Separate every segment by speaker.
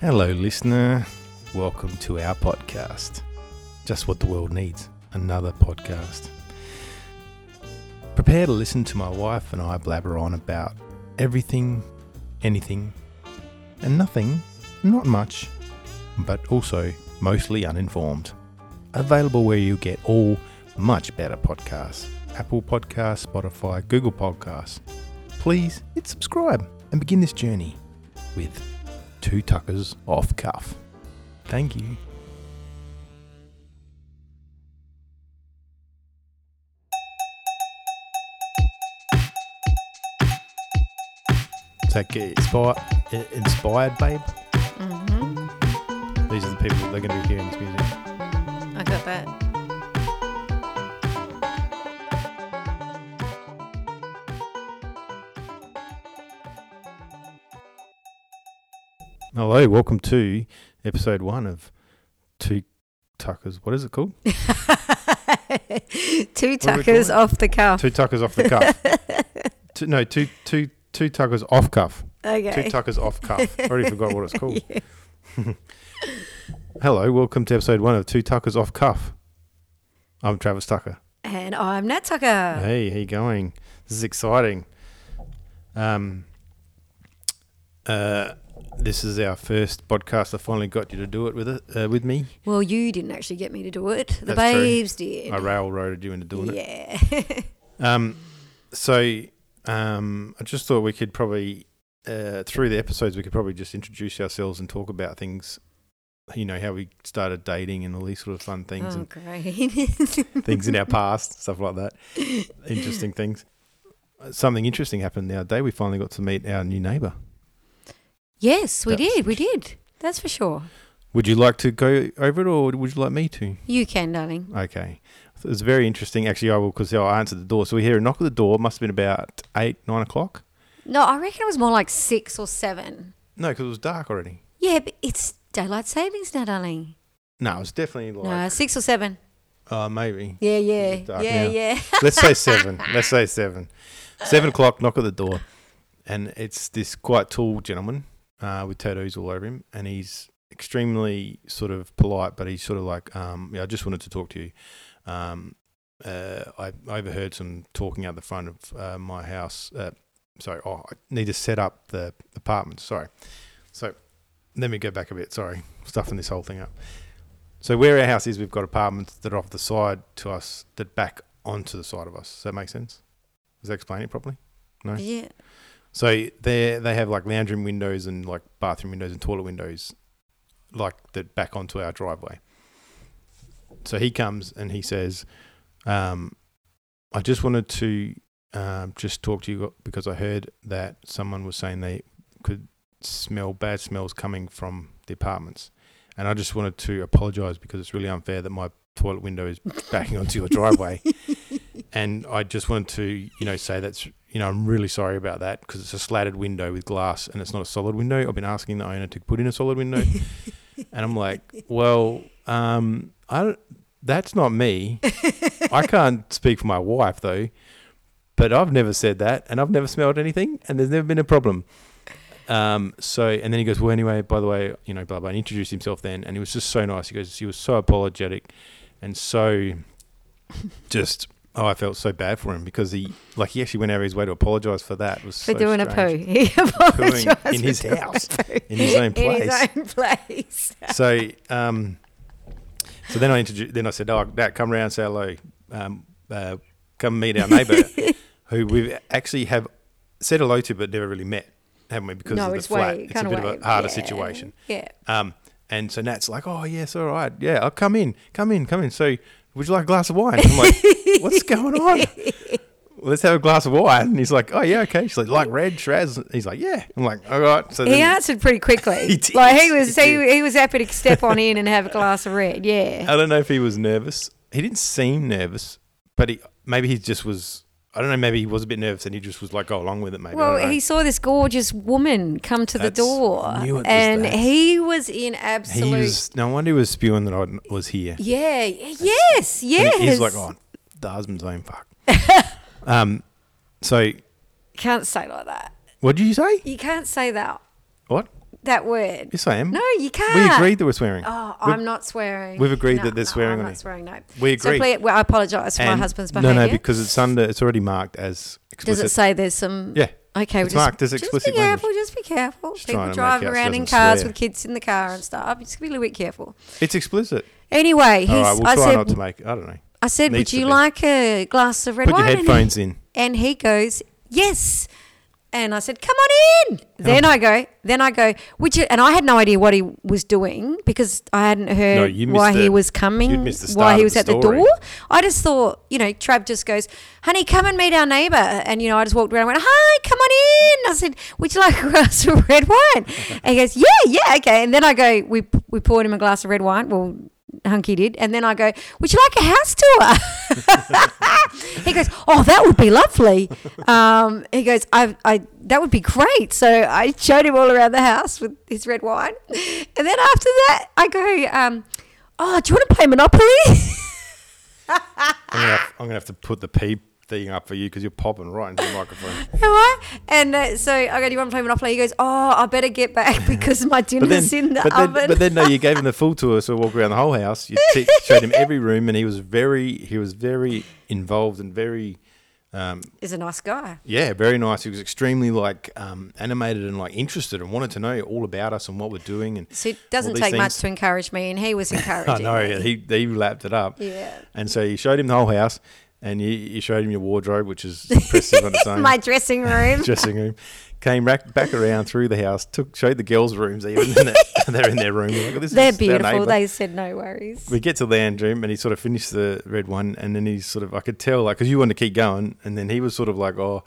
Speaker 1: Hello, listener. Welcome to our podcast. Just what the world needs another podcast. Prepare to listen to my wife and I blabber on about everything, anything, and nothing, not much, but also mostly uninformed. Available where you get all much better podcasts Apple Podcasts, Spotify, Google Podcasts. Please hit subscribe and begin this journey with two tuckers off cuff. Thank you. So get inspired, inspired, babe.
Speaker 2: hmm
Speaker 1: These are the people that are going to be hearing this music.
Speaker 2: I got that.
Speaker 1: Hello, welcome to episode one of Two Tuckers. What is it called?
Speaker 2: Two
Speaker 1: What are we
Speaker 2: tuckers
Speaker 1: calling
Speaker 2: off the cuff.
Speaker 1: Two Tuckers off the cuff. two, no, two, two, two Tuckers off cuff.
Speaker 2: okay.
Speaker 1: Two Tuckers off cuff. I already forgot what it's called. Hello, welcome to episode one of Two Tuckers off cuff. I'm Travis Tucker.
Speaker 2: And I'm Nat Tucker.
Speaker 1: Hey, how you going? This is exciting. Um, uh, this is our first podcast. I finally got you to do it with it uh, with me.
Speaker 2: Well, you didn't actually get me to do it. The
Speaker 1: That's true.
Speaker 2: babes did.
Speaker 1: I railroaded you into doing it.
Speaker 2: yeah.
Speaker 1: Um, so um, I just thought we could probably uh, through the episodes we could probably just introduce ourselves and talk about things. You know how we started dating and all these sort of fun things
Speaker 2: oh,
Speaker 1: and
Speaker 2: great.
Speaker 1: things in our past, stuff like that. Interesting things. Uh, Something interesting happened the other day. We finally got to meet our new neighbour.
Speaker 2: yes, we
Speaker 1: That's-
Speaker 2: did. We did. That's for sure.
Speaker 1: Would you like to go over it, or would you like me to?
Speaker 2: You can, darling. Okay.
Speaker 1: Okay. It was very interesting. Actually, I will because I answered the door. So we hear a knock at the door. Must have been about eight, nine o'clock.
Speaker 2: No, I reckon it was more like six or seven.
Speaker 1: No, because it was dark already.
Speaker 2: Yeah, but it's daylight savings now, darling.
Speaker 1: No, it was definitely like
Speaker 2: no, six or seven.
Speaker 1: Uh, maybe.
Speaker 2: Yeah, yeah.
Speaker 1: dark
Speaker 2: Yeah,
Speaker 1: now.
Speaker 2: yeah.
Speaker 1: Let's say seven. Let's say seven. Seven o'clock, knock at the door. And it's this quite tall gentleman uh, with tattoos all over him. And he's extremely sort of polite, but he's sort of like, um, yeah, I just wanted to talk to you. Um, uh, I overheard some talking out the front of uh, my house. Uh, sorry, oh, I need to set up the apartment. Sorry. So let me go back a bit. Sorry, stuffing this whole thing up. So where our house is, we've got apartments that are off the side to us that back onto the side of us. Does that make sense? Does that explain it properly? Right.
Speaker 2: Yeah.
Speaker 1: So they they have like lounge room windows and like bathroom windows and toilet windows, like that back onto our driveway. So he comes and he says, um, "I just wanted to um, just talk to you because I heard that someone was saying they could smell bad smells coming from the apartments, and I just wanted to apologise because it's really unfair that my toilet window is backing onto your driveway." and I just wanted to, you know, say that's, you know, I'm really sorry about that because it's a slatted window with glass and it's not a solid window. I've been asking the owner to put in a solid window, and I'm like, well, um, I don't, that's not me. I can't speak for my wife though, but I've never said that, and I've never smelled anything, and there's never been a problem. Um, so, and then he goes, well, anyway, by the way, you know, blah blah. And he introduced himself then, and he was just so nice. He goes, he was so apologetic, and so just oh, I felt so bad for him because he like he actually went out of his way to apologise for that. It was
Speaker 2: for
Speaker 1: so
Speaker 2: doing
Speaker 1: strange.
Speaker 2: a poo. He apologised
Speaker 1: in
Speaker 2: for
Speaker 1: his
Speaker 2: doing a
Speaker 1: house,
Speaker 2: poo
Speaker 1: in his own
Speaker 2: In his
Speaker 1: place.
Speaker 2: own place.
Speaker 1: so um, so then I introduced, then I said, "Oh, Nat, come round, say hello, um, uh, come meet our neighbour, who we actually have said hello to but never really met, haven't we? Because
Speaker 2: no,
Speaker 1: of the
Speaker 2: it's
Speaker 1: flat,
Speaker 2: way
Speaker 1: it's a
Speaker 2: kind
Speaker 1: bit
Speaker 2: of, way,
Speaker 1: of a harder
Speaker 2: yeah,
Speaker 1: situation."
Speaker 2: Yeah.
Speaker 1: Um, and so Nat's like, "Oh yes, all right, yeah, I'll come in, come in, come in." So, would you like a glass of wine? I'm like, "What's going on?" Let's have a glass of wine. And he's like, "Oh yeah, okay." She's like, "Like red Shiraz?" He's like, "Yeah." I'm like, "All right." So
Speaker 2: He
Speaker 1: then-
Speaker 2: answered pretty quickly.
Speaker 1: He did,
Speaker 2: Like he was,
Speaker 1: he
Speaker 2: he,
Speaker 1: did.
Speaker 2: he was happy to step on in and have a glass of red. Yeah.
Speaker 1: I don't know if he was nervous. He didn't seem nervous, but he maybe he just was. I don't know. Maybe he was a bit nervous, and he just was like, "Go along with it, maybe." I don't
Speaker 2: Well,
Speaker 1: know.
Speaker 2: he saw this gorgeous woman come to the
Speaker 1: That's-
Speaker 2: door,
Speaker 1: knew it was
Speaker 2: and
Speaker 1: that.
Speaker 2: he was in
Speaker 1: He
Speaker 2: absolute.
Speaker 1: was. No wonder he was spewing that I was here.
Speaker 2: yeah. Yes.
Speaker 1: And
Speaker 2: Yes.
Speaker 1: he- He's like, "Oh, the husband's own fuck." um. So,
Speaker 2: Can't say like that.
Speaker 1: what did you say?
Speaker 2: You can't say that.
Speaker 1: What?
Speaker 2: that word.
Speaker 1: Yes, I am.
Speaker 2: No, you
Speaker 1: we
Speaker 2: can't.
Speaker 1: agreed that we're swearing.
Speaker 2: Oh,
Speaker 1: We've-
Speaker 2: I'm not swearing.
Speaker 1: we've agreed
Speaker 2: No,
Speaker 1: that they're
Speaker 2: no,
Speaker 1: swearing
Speaker 2: I'm
Speaker 1: on
Speaker 2: not
Speaker 1: it.
Speaker 2: swearing. No.
Speaker 1: we
Speaker 2: So
Speaker 1: agreed.
Speaker 2: ple- well, I apologise for my
Speaker 1: And-
Speaker 2: husband's
Speaker 1: no,
Speaker 2: behaviour.
Speaker 1: no, because it's under. It's already marked as
Speaker 2: Does
Speaker 1: explicit.
Speaker 2: it say there's some?
Speaker 1: Yeah,
Speaker 2: Okay,
Speaker 1: it's
Speaker 2: well,
Speaker 1: marked as
Speaker 2: just, just
Speaker 1: explicit
Speaker 2: be
Speaker 1: language.
Speaker 2: careful. Just be careful.
Speaker 1: Just trying
Speaker 2: People
Speaker 1: to
Speaker 2: drive
Speaker 1: make out she
Speaker 2: around in
Speaker 1: doesn't
Speaker 2: cars
Speaker 1: swear.
Speaker 2: with kids in the car and stuff. Just be a little bit careful.
Speaker 1: It's explicit.
Speaker 2: Anyway, he's,
Speaker 1: All right, we'll
Speaker 2: I
Speaker 1: try
Speaker 2: said,
Speaker 1: not to make. I don't know.
Speaker 2: I said,
Speaker 1: needs
Speaker 2: would
Speaker 1: to
Speaker 2: you
Speaker 1: be.
Speaker 2: like a glass of red
Speaker 1: Put your
Speaker 2: wine? And he-
Speaker 1: headphones in.
Speaker 2: And he goes, Yes. And I said, Come on in. Then I go, then I go, would you and I had no idea what he was doing because I hadn't
Speaker 1: No,
Speaker 2: heard
Speaker 1: you missed
Speaker 2: why he
Speaker 1: the-
Speaker 2: was coming,
Speaker 1: you'd missed the
Speaker 2: why
Speaker 1: start
Speaker 2: he
Speaker 1: of
Speaker 2: was
Speaker 1: the
Speaker 2: at the
Speaker 1: story.
Speaker 2: door. I just thought, you know, Trav just goes, Honey, come and meet our neighbour and you know, I just walked around and went, Hi, come on in. I said, Would you like a glass of red wine? And he goes, Yeah, yeah, okay. And then I go, We we poured him a glass of red wine. Well, Hunky did. And then I go, Would you like a house tour? he goes, Oh, that would be lovely. Um, he goes, I, I, That would be great. So I showed him all around the house with his red wine. And then after that, I go, um, Oh, do you want to play Monopoly?
Speaker 1: I'm gonna, have, I'm gonna have to put the pee thing up for you because you're popping right into the microphone.
Speaker 2: Am I? And uh, so I go, Do you want to play Monopoly? He goes, Oh, I better get back because my
Speaker 1: But then,
Speaker 2: dinner's in the
Speaker 1: but,
Speaker 2: oven.
Speaker 1: then, but then, no, you gave him the full tour, so walk around the whole house. You t- showed him every room, and he was very, he was very involved and very, um,
Speaker 2: He's a nice guy.
Speaker 1: yeah, very nice. He was extremely like um, animated and like interested, and wanted to know all about us and what we're doing. And
Speaker 2: So it doesn't
Speaker 1: all these
Speaker 2: take much
Speaker 1: things.
Speaker 2: to encourage me, and he was
Speaker 1: I
Speaker 2: encouraging.
Speaker 1: know
Speaker 2: me.
Speaker 1: and he he lapped it up.
Speaker 2: Yeah.
Speaker 1: And so you showed him the whole house, and you, you showed him your wardrobe, which is impressive on its own.
Speaker 2: my dressing room.
Speaker 1: dressing room. Came back, back around through the house, took showed the girls' rooms even. And they're- they're in their room. We're like, "This
Speaker 2: They're
Speaker 1: is their
Speaker 2: beautiful.
Speaker 1: neighbour."
Speaker 2: They said no worries.
Speaker 1: we get to land room and he sort of finished the red one, and then he's sort of I could tell like because you wanted to keep going, and then he was sort of like oh.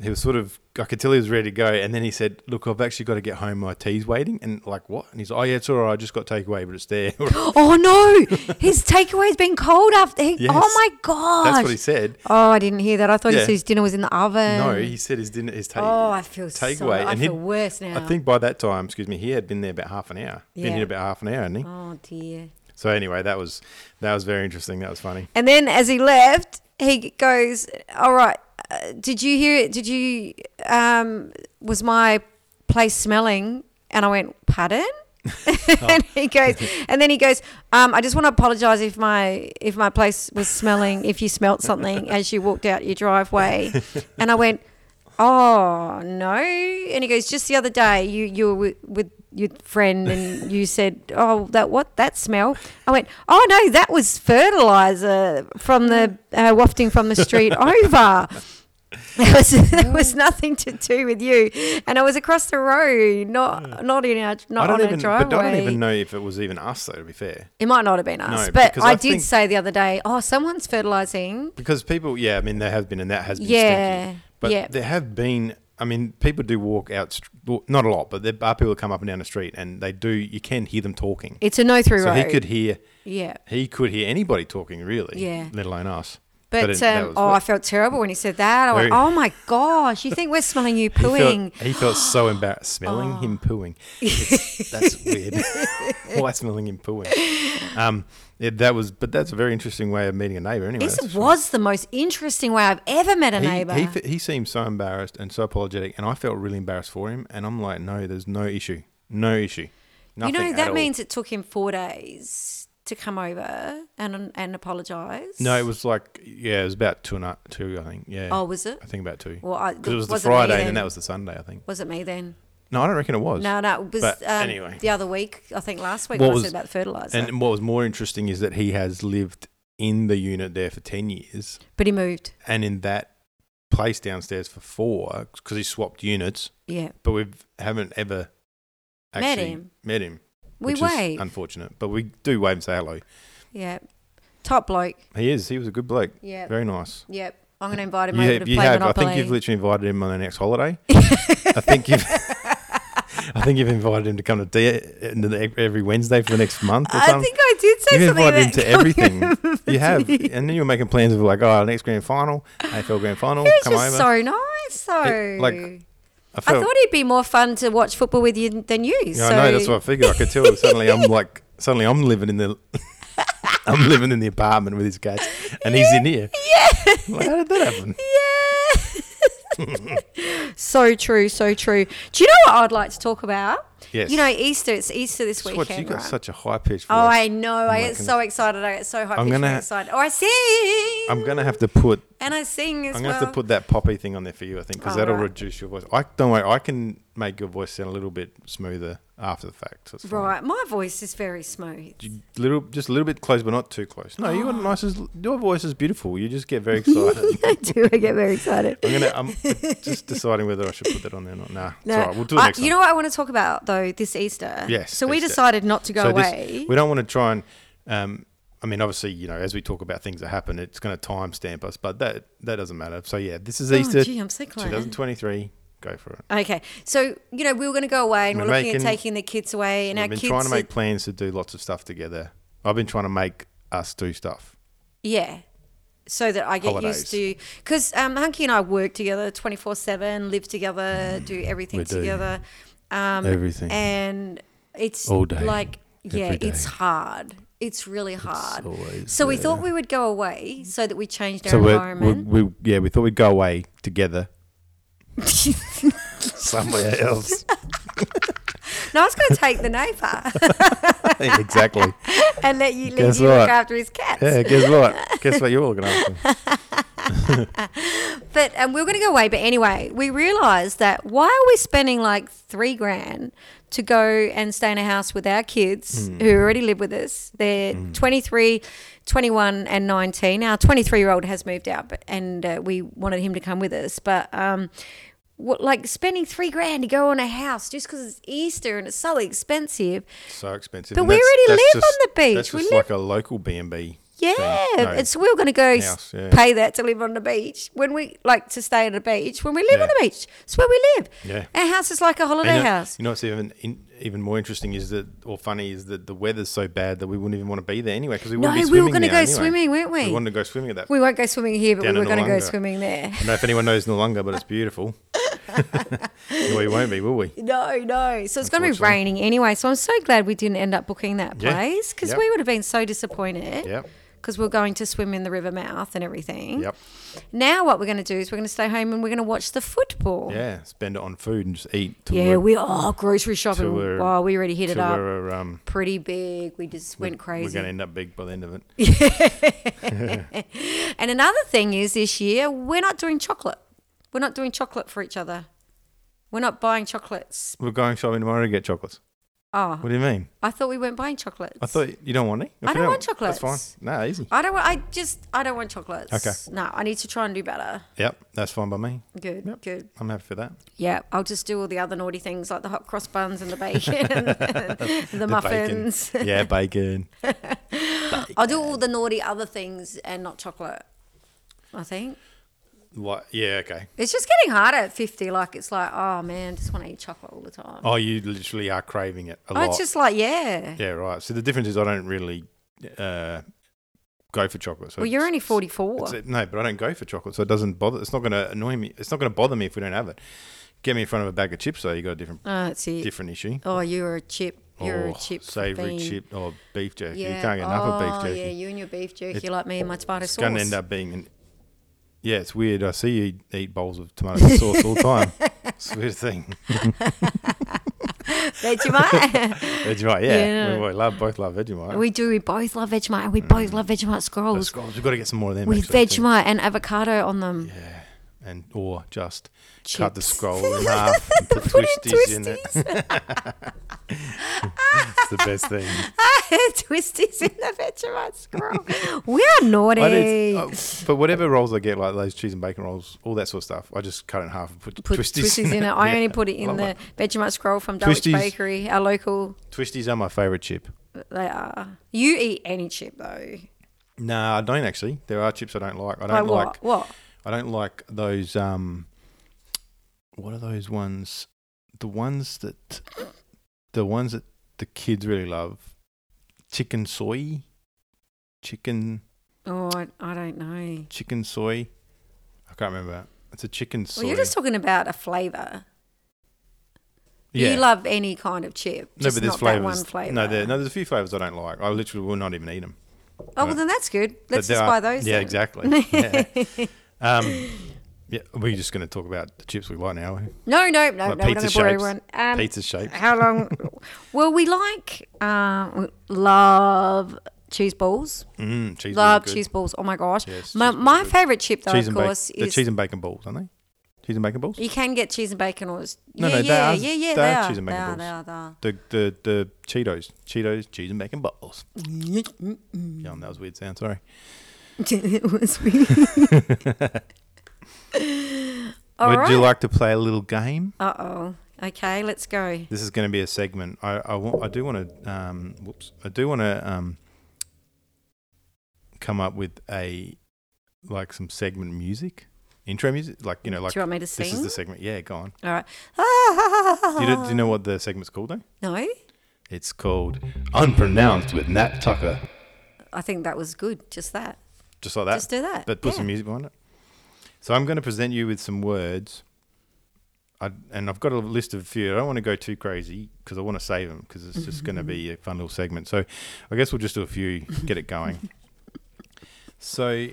Speaker 1: He was sort of, I could tell he was ready to go. And then he said, Look, I've actually got to get home. My tea's waiting. And like, what? And he's like, Oh, yeah, it's all right. I just got takeaway, but it's there.
Speaker 2: Oh no, his takeaway's been cold after. He,
Speaker 1: Yes.
Speaker 2: Oh my gosh.
Speaker 1: That's what he said.
Speaker 2: oh, I didn't hear that. I thought he
Speaker 1: Yeah.
Speaker 2: said his dinner was in the oven.
Speaker 1: No, he said his dinner, his take.
Speaker 2: Oh, I feel so.
Speaker 1: takeaway,
Speaker 2: I
Speaker 1: and
Speaker 2: feel
Speaker 1: he'd-
Speaker 2: worse now.
Speaker 1: I think by that time, excuse me, he had been there about half an hour. Been
Speaker 2: Yeah.
Speaker 1: here about half an hour, hadn't he?
Speaker 2: Oh dear.
Speaker 1: So anyway, that was that was very interesting. That was funny.
Speaker 2: And then as he left, he goes, "All right, uh, did you hear it? Did you? Um, was my place smelling?" And I went, "Pardon." and he goes, and then he goes. Um, I just want to apologise if my if my place was smelling. If you smelt something as you walked out your driveway, and I went, oh no. And he goes, just the other day, you you were with, with your friend, and you said, oh that what that smell? I went, oh no, that was fertilizer from the uh, wafting from the street over. It was, it was nothing to do with you, and I was across the road, not not in our not
Speaker 1: Hmm. I don't
Speaker 2: on
Speaker 1: even,
Speaker 2: a driveway.
Speaker 1: but I don't even know if it was even us though. To be fair,
Speaker 2: It might not have been us,
Speaker 1: No,
Speaker 2: but
Speaker 1: because
Speaker 2: I,
Speaker 1: I
Speaker 2: did
Speaker 1: think-
Speaker 2: say the other day, oh, someone's fertilizing.
Speaker 1: because people, yeah, I mean, there have been and that has been
Speaker 2: Yeah,
Speaker 1: stinky, but
Speaker 2: yeah.
Speaker 1: there have been. I mean, people do walk out, str- well, not a lot, but there are people that come up and down the street, and they do. You can hear them talking,
Speaker 2: It's a no through
Speaker 1: so he
Speaker 2: road.
Speaker 1: could hear.
Speaker 2: yeah.
Speaker 1: He could hear anybody talking, really.
Speaker 2: Yeah.
Speaker 1: Let alone us.
Speaker 2: But,
Speaker 1: it- that
Speaker 2: um,
Speaker 1: was-
Speaker 2: oh, I felt terrible when he said that. I went,
Speaker 1: Very-
Speaker 2: oh my gosh, you think we're smelling you
Speaker 1: He felt-
Speaker 2: pooing? Oh.
Speaker 1: He felt, so embarrassed. Smelling him pooing. It's, that's weird. Why smelling him pooing? Um, yeah, that was, but that's a very interesting way of meeting a neighbor. Anyway,
Speaker 2: this
Speaker 1: that's-
Speaker 2: was the most interesting way I've ever met a
Speaker 1: he,
Speaker 2: neighbor.
Speaker 1: He, fe- he seemed so embarrassed and so apologetic, and I felt really embarrassed for him. And I'm like, no, there's no issue, no issue.
Speaker 2: you
Speaker 1: Nothing
Speaker 2: know,
Speaker 1: at
Speaker 2: that
Speaker 1: all.
Speaker 2: means it took him four days to come over and and apologize.
Speaker 1: no. It was like, yeah, it was about two and a, two, I think. Yeah,
Speaker 2: Oh, was it?
Speaker 1: I think about two.
Speaker 2: Well, I,
Speaker 1: Because it was the
Speaker 2: wasn't me
Speaker 1: Friday,
Speaker 2: then.
Speaker 1: and then that was the Sunday, I think.
Speaker 2: Was it me then?
Speaker 1: No, I don't reckon it was.
Speaker 2: No, no, it was
Speaker 1: But
Speaker 2: um,
Speaker 1: anyway.
Speaker 2: the other week. I think last week
Speaker 1: What
Speaker 2: when I
Speaker 1: was-
Speaker 2: said about fertilizer.
Speaker 1: And what was more interesting is that he has lived in the unit there for 10 years
Speaker 2: but he moved.
Speaker 1: and in that place downstairs for four because he swapped units,
Speaker 2: Yeah.
Speaker 1: but we haven't ever
Speaker 2: Met
Speaker 1: actually
Speaker 2: him.
Speaker 1: met him,
Speaker 2: We
Speaker 1: which
Speaker 2: wave.
Speaker 1: Is unfortunate, but we do wave and say hello.
Speaker 2: yeah. Top bloke.
Speaker 1: He is. He was a good bloke.
Speaker 2: Yeah.
Speaker 1: Very nice.
Speaker 2: Yep. I'm going to invite him
Speaker 1: You,
Speaker 2: over
Speaker 1: have,
Speaker 2: to
Speaker 1: you
Speaker 2: play
Speaker 1: have. I
Speaker 2: Monopoly.
Speaker 1: think you've literally invited him on the next holiday. I think you've. I think you've invited him to come to D- into the- every Wednesday for the next month or
Speaker 2: I
Speaker 1: something.
Speaker 2: think I did say
Speaker 1: You've
Speaker 2: something.
Speaker 1: invited him
Speaker 2: about
Speaker 1: to everything. You have, and then you're making plans of like, oh, next grand final, AFL grand final,
Speaker 2: He was
Speaker 1: come over.
Speaker 2: just so nice, though.
Speaker 1: It- like, I
Speaker 2: I
Speaker 1: felt,
Speaker 2: thought it'd be more fun to watch football with you than you.
Speaker 1: yeah,
Speaker 2: so
Speaker 1: I know that's what I figured. I could tell suddenly I'm like, suddenly I'm living in the, I'm living in the apartment with his cats, and he's in here.
Speaker 2: Yeah.
Speaker 1: Like, how did that happen?
Speaker 2: yeah. so true, so true. Do you know what I'd like to talk about?
Speaker 1: Yes.
Speaker 2: You know, Easter. It's Easter this
Speaker 1: Swatch,
Speaker 2: weekend.
Speaker 1: you got
Speaker 2: right?
Speaker 1: such a high pitched voice.
Speaker 2: oh, I know. I
Speaker 1: my
Speaker 2: get so excited. I get so hyped.
Speaker 1: I'm
Speaker 2: I'm
Speaker 1: gonna-
Speaker 2: excited. Or Oh, I sing.
Speaker 1: I'm gonna have to put
Speaker 2: and I sing as
Speaker 1: I'm
Speaker 2: well.
Speaker 1: gonna have to put that poppy thing on there for you, I think, because
Speaker 2: Oh,
Speaker 1: that'll
Speaker 2: right.
Speaker 1: reduce your voice. I don't worry, I can make your voice sound a little bit smoother after the fact. So it's fine.
Speaker 2: right. My voice is very smooth.
Speaker 1: You- Little, just a little bit close, but not too close. No,
Speaker 2: Ah.
Speaker 1: you're nice. As, your voice is beautiful. You just get very excited.
Speaker 2: I do. I get very excited.
Speaker 1: I'm gonna. I'm just deciding whether I should put that on there or not. Nah, it's all right. We'll do it
Speaker 2: I-
Speaker 1: next
Speaker 2: Uh,
Speaker 1: time.
Speaker 2: You know what I want to talk about though this Easter.
Speaker 1: Yes,
Speaker 2: So we
Speaker 1: Easter.
Speaker 2: decided not to go
Speaker 1: So this-
Speaker 2: away.
Speaker 1: we don't want to try and. Um, I mean, obviously, you know, as we talk about things that happen, it's going to timestamp us, but that that doesn't matter. So yeah, this is Easter,
Speaker 2: oh, gee, I'm so glad.
Speaker 1: 2023. Go for it.
Speaker 2: Okay, so you know we were going to go away, and
Speaker 1: We're
Speaker 2: we're, looking
Speaker 1: making-
Speaker 2: at taking the kids away, and
Speaker 1: We've
Speaker 2: our
Speaker 1: been
Speaker 2: kids.
Speaker 1: trying to
Speaker 2: are-
Speaker 1: make plans to do lots of stuff together. I've been trying to make us do stuff.
Speaker 2: yeah, so that I get
Speaker 1: Holidays.
Speaker 2: used to because um, Hunky and I work together twenty four seven, live together, do everything
Speaker 1: Mm, We do.
Speaker 2: together, um,
Speaker 1: Everything.
Speaker 2: and it's
Speaker 1: All day,
Speaker 2: Like yeah,
Speaker 1: every
Speaker 2: it's
Speaker 1: day.
Speaker 2: hard. It's really hard.
Speaker 1: always
Speaker 2: so we
Speaker 1: there.
Speaker 2: thought we would go away so that we changed our
Speaker 1: So we're, we
Speaker 2: environment.
Speaker 1: we yeah, we thought we'd go away together somewhere else.
Speaker 2: no, I was going to take the neighbour
Speaker 1: exactly.
Speaker 2: and let you leave
Speaker 1: Guess
Speaker 2: you look
Speaker 1: what?
Speaker 2: after his cats.
Speaker 1: Yeah. Guess what? Guess what? You're all gonna ask me.
Speaker 2: But um, we were going to go away. But anyway, we realised that why are we spending like three grand to go and stay in a house with our kids who
Speaker 1: Hmm.
Speaker 2: already live with us? They're 23, 21, and 19. Our 23 year old has moved out, but, and uh, we wanted him to come with us. But um, what, like spending three grand to go on a house just because it's Easter and it's so expensive.
Speaker 1: So expensive.
Speaker 2: But
Speaker 1: And
Speaker 2: we
Speaker 1: that's-
Speaker 2: already
Speaker 1: that's
Speaker 2: live on
Speaker 1: just-
Speaker 2: the beach.
Speaker 1: That's
Speaker 2: We
Speaker 1: just
Speaker 2: live-
Speaker 1: like a local B and B.
Speaker 2: Yeah,
Speaker 1: No.
Speaker 2: it's we were going to go s-
Speaker 1: House, yeah.
Speaker 2: pay that to live on the beach when we like to stay on the beach when we live
Speaker 1: Yeah.
Speaker 2: on the beach. It's where we live.
Speaker 1: Yeah. uh,
Speaker 2: our house is like a holiday
Speaker 1: you know,
Speaker 2: house.
Speaker 1: You know what's even in, even more interesting is that, or funny is that the weather's so bad that we wouldn't even want to be there anyway because we wouldn't
Speaker 2: No,
Speaker 1: be
Speaker 2: we were
Speaker 1: swimming
Speaker 2: gonna
Speaker 1: now
Speaker 2: go
Speaker 1: anyway.
Speaker 2: swimming, weren't we?
Speaker 1: We wanted to go swimming at that.
Speaker 2: We won't go swimming here, but
Speaker 1: Down
Speaker 2: we were
Speaker 1: in
Speaker 2: going to go
Speaker 1: Noaranga.
Speaker 2: swimming there.
Speaker 1: I don't know if anyone knows Noolunga, but it's beautiful. no, we won't be, will we?
Speaker 2: No, no. So it's going to be
Speaker 1: Unfortunately.
Speaker 2: raining anyway. So I'm so glad we didn't end up booking that
Speaker 1: Yeah.
Speaker 2: place because
Speaker 1: Yep.
Speaker 2: we would have been so disappointed.
Speaker 1: Yep.
Speaker 2: Because we're going to swim in the river mouth and everything.
Speaker 1: Yep.
Speaker 2: Now what we're going to do is we're going to stay home and we're going to watch the football.
Speaker 1: Yeah. Spend it on food and just eat. Till
Speaker 2: Yeah,
Speaker 1: We're,
Speaker 2: we are grocery shopping.
Speaker 1: we're-
Speaker 2: Wow, we already hit it
Speaker 1: till
Speaker 2: up.
Speaker 1: we're, um,
Speaker 2: pretty big. We just went
Speaker 1: we're
Speaker 2: crazy.
Speaker 1: going to end up big by the end of it.
Speaker 2: and another thing is this year we're not doing chocolate. We're not doing chocolate for each other. We're not buying chocolates.
Speaker 1: We're going shopping tomorrow to get chocolates.
Speaker 2: Oh,
Speaker 1: What do you mean?
Speaker 2: I thought we weren't buying chocolates.
Speaker 1: I thought you don't want any. If
Speaker 2: I
Speaker 1: you
Speaker 2: don't want
Speaker 1: That's
Speaker 2: chocolates.
Speaker 1: fine. No, easy.
Speaker 2: I don't want. I just. I don't want chocolates.
Speaker 1: Okay.
Speaker 2: No, I need to try and do better.
Speaker 1: Yep. That's fine by me.
Speaker 2: Good.
Speaker 1: Yep.
Speaker 2: Good.
Speaker 1: I'm happy for that.
Speaker 2: Yeah. I'll just do all the other naughty things like the hot cross buns and the bacon, the, muffins.
Speaker 1: Bacon. yeah, bacon.
Speaker 2: I'll do all the naughty other things and not chocolate. I think.
Speaker 1: Like, yeah, okay.
Speaker 2: It's just getting harder at 50. Like, it's like, oh man, just want to eat chocolate all the time.
Speaker 1: Oh, you literally are craving it a
Speaker 2: Oh,
Speaker 1: lot.
Speaker 2: it's just like, yeah.
Speaker 1: yeah, right. So the difference is I don't really uh, go for chocolate. So
Speaker 2: Well, you're
Speaker 1: it's-
Speaker 2: only 44.
Speaker 1: it's- it- no, but I don't go for chocolate, so it doesn't bother. It's not going to annoy me. It's not going to bother me if we don't have it. Get me in front of a bag of chips, though. You got a different
Speaker 2: Oh, that's it.
Speaker 1: different issue.
Speaker 2: Oh, you're a chip. You're
Speaker 1: Oh,
Speaker 2: a chip.
Speaker 1: savory
Speaker 2: fiend.
Speaker 1: chip or beef jerky.
Speaker 2: Yeah.
Speaker 1: You can't get enough
Speaker 2: Oh,
Speaker 1: of beef jerky.
Speaker 2: Yeah, you and your beef jerky, like me and my tomato
Speaker 1: It's
Speaker 2: sauce.
Speaker 1: going to end up being. An, yeah, it's weird. I see you eat bowls of tomato sauce all the time. It's a weird thing.
Speaker 2: Vegemite.
Speaker 1: Vegemite, yeah.
Speaker 2: Yeah.
Speaker 1: We, we love both love Vegemite.
Speaker 2: we do. We both love Vegemite. and We
Speaker 1: Mm.
Speaker 2: both love Vegemite
Speaker 1: The
Speaker 2: scrolls
Speaker 1: scrolls, we've got to get some more of them.
Speaker 2: with
Speaker 1: actually, too.
Speaker 2: Vegemite and avocado on them.
Speaker 1: Yeah, and or just cut the
Speaker 2: Chips.
Speaker 1: scroll in half and put,
Speaker 2: Put in
Speaker 1: twisties, in it.
Speaker 2: twisties.
Speaker 1: It's the best thing.
Speaker 2: twisties in the Vegemite scroll. we are naughty.
Speaker 1: I did, oh, but whatever rolls I get, like those cheese and bacon rolls, all that sort of stuff, I just cut it in half and put,
Speaker 2: put
Speaker 1: twisties,
Speaker 2: twisties, in it. I
Speaker 1: Yeah,
Speaker 2: only put it in
Speaker 1: love
Speaker 2: the Vegemite scroll from Dulwich
Speaker 1: Twisties.
Speaker 2: Bakery, our local.
Speaker 1: Twisties are my favourite chip.
Speaker 2: They are. You eat any chip though.
Speaker 1: Nah, I don't actually. There are chips I don't like. I
Speaker 2: Like
Speaker 1: don't
Speaker 2: what?
Speaker 1: like.
Speaker 2: What?
Speaker 1: I don't like those. Um, what are those ones? The ones that, the ones that the kids really love, chicken soy, chicken
Speaker 2: Oh, I, I don't know.
Speaker 1: chicken soy. I can't remember. It's a chicken soy.
Speaker 2: Well, you're just talking about a flavour.
Speaker 1: yeah.
Speaker 2: You love any kind of chip.
Speaker 1: no,
Speaker 2: Just
Speaker 1: but there's
Speaker 2: not
Speaker 1: flavors.
Speaker 2: That one flavour.
Speaker 1: No, there, no, there's a few flavors I don't like. I literally will not even eat them.
Speaker 2: Oh well, then that's good. Let's
Speaker 1: But there
Speaker 2: just
Speaker 1: are-
Speaker 2: buy those.
Speaker 1: Yeah,
Speaker 2: then.
Speaker 1: exactly. Yeah. Um, Yeah, we're just going to talk about the chips we like now.
Speaker 2: No, no, no,
Speaker 1: Like
Speaker 2: no. We're not going to
Speaker 1: pizza
Speaker 2: bore
Speaker 1: shapes.
Speaker 2: everyone. Um,
Speaker 1: Pizza shapes.
Speaker 2: How long? well, we like, uh, we love cheese balls.
Speaker 1: Mm, cheese. balls
Speaker 2: love
Speaker 1: are good.
Speaker 2: cheese balls. Oh my gosh.
Speaker 1: Yes,
Speaker 2: my
Speaker 1: cheese balls
Speaker 2: my
Speaker 1: are good.
Speaker 2: favorite chip though,
Speaker 1: Cheese
Speaker 2: of
Speaker 1: and
Speaker 2: course,
Speaker 1: bacon. The
Speaker 2: is
Speaker 1: cheese and bacon balls, aren't they? Cheese and bacon balls.
Speaker 2: you can get cheese and bacon or is-
Speaker 1: No,
Speaker 2: yeah,
Speaker 1: no, they
Speaker 2: yeah,
Speaker 1: are-
Speaker 2: yeah, yeah,
Speaker 1: they
Speaker 2: they
Speaker 1: are
Speaker 2: are,
Speaker 1: cheese and
Speaker 2: they
Speaker 1: bacon
Speaker 2: are,
Speaker 1: balls.
Speaker 2: they are, they are.
Speaker 1: The the the Cheetos, Cheetos, cheese and bacon balls.
Speaker 2: Mm.
Speaker 1: Yum, that was a weird sound. Sorry.
Speaker 2: it was weird. All
Speaker 1: Would
Speaker 2: right.
Speaker 1: you like to play a little game?
Speaker 2: uh oh. Okay, let's go.
Speaker 1: This is going to be a segment. I I, wa- I do want to um whoops. I do want to um come up with a like some segment music, intro music, like you know like
Speaker 2: Do you want me to sing?
Speaker 1: this is the segment. Yeah, go on.
Speaker 2: All right. Ah.
Speaker 1: Do you, do you know what the segment's called though?
Speaker 2: No,
Speaker 1: It's called Unpronounced with Nat Tucker.
Speaker 2: I think that was good. Just that.
Speaker 1: Just like that.
Speaker 2: Just do that.
Speaker 1: but put
Speaker 2: yeah.
Speaker 1: some music behind it. So I'm going to present you with some words, I, and I've got a list of a few. I don't want to go too crazy because I want to save them because it's just going to be a fun little segment. So I guess we'll just do a few, get it going. so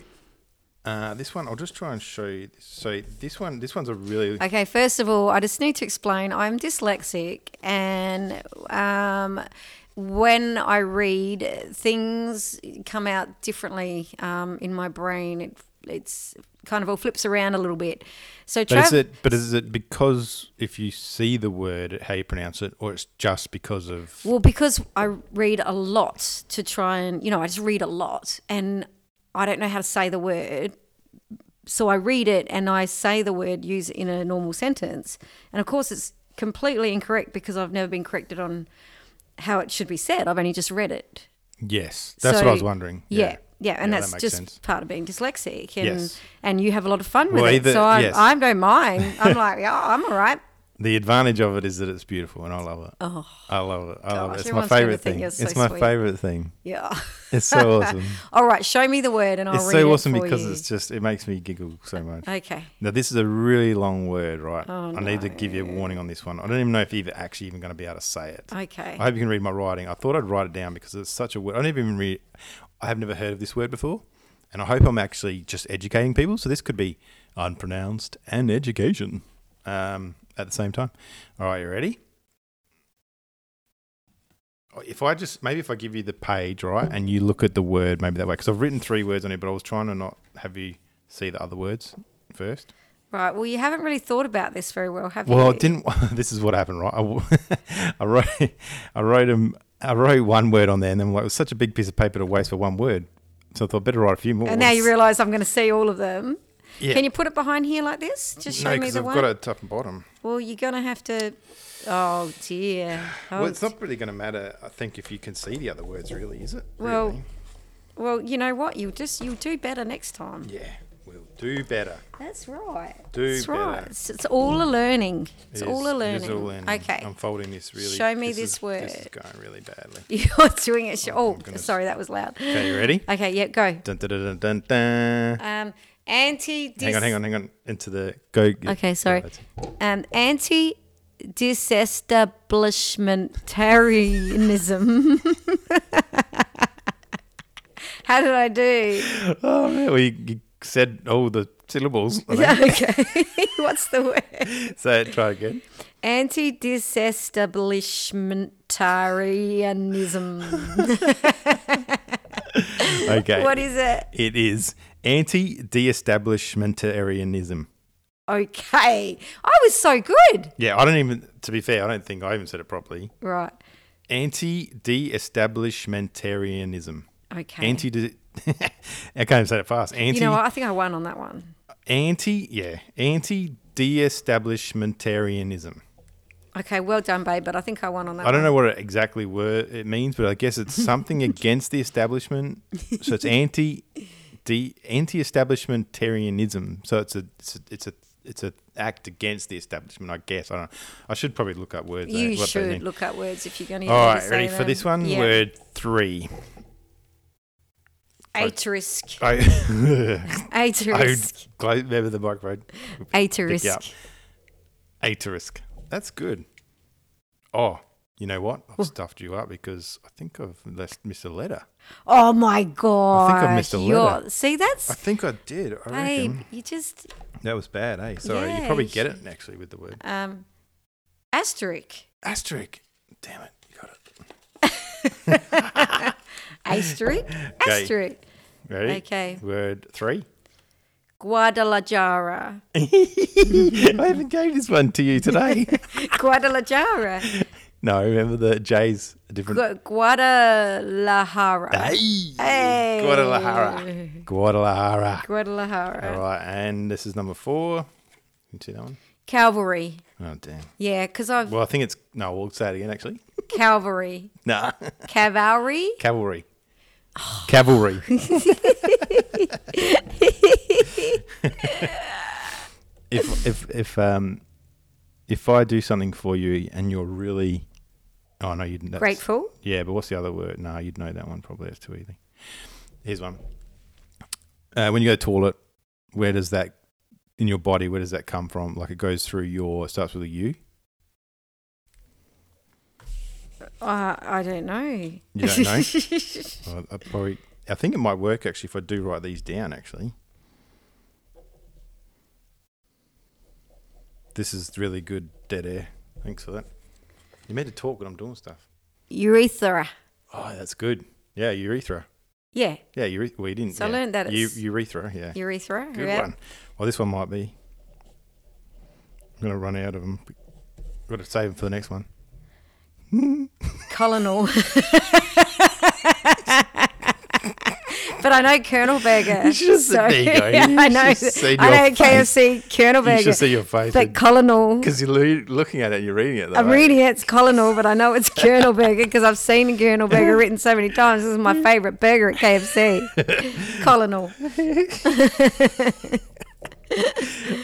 Speaker 1: uh, this one, I'll just try and show you. So this one, this one's a really
Speaker 2: Okay, first of all, I just need to explain I'm dyslexic, and um, when I read, things come out differently um, in my brain. It, it's kind of all flips around a little bit. So,
Speaker 1: But
Speaker 2: Trav,
Speaker 1: is it? But is it because if you see the word, how you pronounce it, or it's just because of?
Speaker 2: well, because I read a lot to try and, you know, I just read a lot, and I don't know how to say the word. So I read it and I say the word use in a normal sentence. And of course, it's completely incorrect because I've never been corrected on how it should be said. I've only just read it.
Speaker 1: Yes, that's what I was wondering.
Speaker 2: Yeah. Yeah. and
Speaker 1: Yeah, that
Speaker 2: that's
Speaker 1: makes
Speaker 2: just
Speaker 1: sense.
Speaker 2: part of being dyslexic, and
Speaker 1: Yes.
Speaker 2: and you have a lot of fun with
Speaker 1: Well,
Speaker 2: it.
Speaker 1: either-
Speaker 2: so I,
Speaker 1: yes.
Speaker 2: I don't mind. I'm like, yeah, I'm all right.
Speaker 1: The advantage of it is that it's beautiful, and I love it. Oh, I love it. I love
Speaker 2: gosh,
Speaker 1: it. It's my
Speaker 2: everyone's gonna
Speaker 1: favorite
Speaker 2: think
Speaker 1: thing.
Speaker 2: you're so
Speaker 1: it's my
Speaker 2: sweet.
Speaker 1: favorite thing.
Speaker 2: Yeah.
Speaker 1: It's so awesome.
Speaker 2: all right. Show me the word, and I'll
Speaker 1: it's
Speaker 2: read
Speaker 1: so
Speaker 2: it
Speaker 1: awesome
Speaker 2: for
Speaker 1: because
Speaker 2: you.
Speaker 1: it's just it makes me giggle so much.
Speaker 2: okay.
Speaker 1: Now this is a really long word, right?
Speaker 2: Oh,
Speaker 1: I need to give you a warning on this one. I don't even know if you're actually even going to be able to say it.
Speaker 2: Okay.
Speaker 1: I hope you can read my writing. I thought I'd write it down because it's such a word. I never even read. I have never heard of this word before, and I hope I'm actually just educating people. So this could be unpronounced and education um, at the same time. All right, you ready? Oh, If I just maybe if I give you the page right and you look at the word maybe that way because I've written three words on it, but I was trying to not have you see the other words first.
Speaker 2: Right. Well, you haven't really thought about this very well, have you?
Speaker 1: Well, I didn't. This is what happened, right? I, w- I wrote, I wrote 'em- I wrote one word on there, and then like, it was such a big piece of paper to waste for one word. So I thought better write a few more.
Speaker 2: And now you
Speaker 1: ones.
Speaker 2: realise I'm going to see all of them.
Speaker 1: Yeah.
Speaker 2: Can you put it behind here like this? Just show
Speaker 1: no,
Speaker 2: me
Speaker 1: because
Speaker 2: the
Speaker 1: I've
Speaker 2: one.
Speaker 1: got it top and bottom.
Speaker 2: Well, you're going to have to. Oh dear. Oh,
Speaker 1: well, it's not really going to matter. I think if you can see the other words, really, is it?
Speaker 2: Well-
Speaker 1: Really?
Speaker 2: well, you know what? You just you'll do better next time.
Speaker 1: yeah, we'll do better.
Speaker 2: That's right.
Speaker 1: Do
Speaker 2: That's
Speaker 1: better.
Speaker 2: right. It's, it's all a learning. It's
Speaker 1: It
Speaker 2: all
Speaker 1: is-
Speaker 2: a
Speaker 1: it
Speaker 2: learning.
Speaker 1: is all learning.
Speaker 2: Okay.
Speaker 1: I'm folding this really.
Speaker 2: Show me
Speaker 1: is-
Speaker 2: this word.
Speaker 1: This is going really badly.
Speaker 2: You're doing it. Sh- oh,
Speaker 1: goodness.
Speaker 2: sorry, that was loud.
Speaker 1: Okay, you ready?
Speaker 2: Okay, yeah, go.
Speaker 1: Dun, dun, dun, dun, dun, dun.
Speaker 2: Um, anti.
Speaker 1: hang on, hang on, hang on. Into the go.
Speaker 2: Okay, sorry.
Speaker 1: That's-
Speaker 2: Um, anti disestablishmentarianism. How did I do?
Speaker 1: Oh man, well, you, you said all the syllables. I think.
Speaker 2: Okay. What's the word?
Speaker 1: Say it. Try again.
Speaker 2: Anti disestablishmentarianism.
Speaker 1: Okay.
Speaker 2: What is it?
Speaker 1: it is anti-de-establishmentarianism.
Speaker 2: Okay. I was so good.
Speaker 1: Yeah, I don't even. To be fair, I don't think I even said it properly.
Speaker 2: Right.
Speaker 1: Anti-de-establishmentarianism.
Speaker 2: Okay.
Speaker 1: Anti. de I can't even say it fast. Anti.
Speaker 2: you know what? I think I won on that one.
Speaker 1: Anti. Yeah. Anti-de-establishmentarianism.
Speaker 2: Okay, well done, babe, but I think I won on that
Speaker 1: I don't
Speaker 2: one.
Speaker 1: know what it exactly word it means, but I guess it's something against the establishment. So it's anti de, anti-establishmentarianism. So it's a it's a, it's a it's a act against the establishment, I guess. I don't. I should probably look up words. eh,
Speaker 2: You
Speaker 1: what they
Speaker 2: should
Speaker 1: mean.
Speaker 2: look up words if you're going to
Speaker 1: All right, ready for this one? Word three.
Speaker 2: Aterisk.
Speaker 1: I, I
Speaker 2: Aterisk.
Speaker 1: close, remember the microphone.
Speaker 2: Aterisk.
Speaker 1: Yeah. Aterisk. That's good. Oh, you know what? I've stuffed you up because I think I've less, missed a letter.
Speaker 2: Oh my god!
Speaker 1: missed a letter.
Speaker 2: See,
Speaker 1: I
Speaker 2: that's
Speaker 1: think I did. I
Speaker 2: babe.
Speaker 1: reckon.
Speaker 2: You just
Speaker 1: That was bad, eh? Sorry, you probably
Speaker 2: Yeah.
Speaker 1: get it actually with the word
Speaker 2: um, asterisk,
Speaker 1: asterisk. Damn it, you got it.
Speaker 2: asterisk, asterisk.
Speaker 1: Ready?
Speaker 2: Okay.
Speaker 1: Word three.
Speaker 2: Guadalajara,
Speaker 1: I haven't gave this one to you today.
Speaker 2: Guadalajara,
Speaker 1: no, remember the J's a different.
Speaker 2: Gu- Guadalajara,
Speaker 1: Hey.
Speaker 2: Hey.
Speaker 1: Guadalajara. Guadalajara.
Speaker 2: Guadalajara,
Speaker 1: All right, and this is number four. You see that one?
Speaker 2: Calvary.
Speaker 1: Oh damn.
Speaker 2: Yeah, because I've
Speaker 1: Well, I think it's no. We'll say it again. Actually,
Speaker 2: Calvary,
Speaker 1: nah.
Speaker 2: Cavalry.
Speaker 1: Cavalry. Cavalry. if if if um if I do something for you and you're really oh no you that's,
Speaker 2: Grateful.
Speaker 1: yeah but what's the other word no you'd know that one probably that's too easy here's one uh, when you go to toilet where does that in your body where does that come from like it goes through your it starts with a U
Speaker 2: Uh, I don't know. You
Speaker 1: don't know? Uh, I probably I think it might work actually if I do write these down actually. This is really good dead air. Thanks for that. You meant to talk when I'm doing stuff.
Speaker 2: Urethra.
Speaker 1: Oh, that's good. Yeah, urethra.
Speaker 2: Yeah,
Speaker 1: Yeah, urethra. Well, you didn't.
Speaker 2: So I
Speaker 1: yeah.
Speaker 2: learned that
Speaker 1: U-
Speaker 2: it's-
Speaker 1: urethra. Yeah,
Speaker 2: urethra.
Speaker 1: good
Speaker 2: yeah.
Speaker 1: one. Well, this one might be. I'm gonna run out of them. Got to save them for the next one.
Speaker 2: Colonel. but I know Colonel Burger.
Speaker 1: You should've said- there you go. You
Speaker 2: I know.
Speaker 1: should've seen
Speaker 2: I
Speaker 1: your
Speaker 2: know
Speaker 1: face.
Speaker 2: KFC Colonel
Speaker 1: You should see
Speaker 2: Burger.
Speaker 1: your face
Speaker 2: But Colonel.
Speaker 1: because you're lo- looking at it. You're reading it. Though,
Speaker 2: I'm
Speaker 1: eh?
Speaker 2: reading it, it's Colonel, but I know it's Colonel Burger because I've seen Colonel Burger written so many times. This is my favorite burger at KFC. Colonel.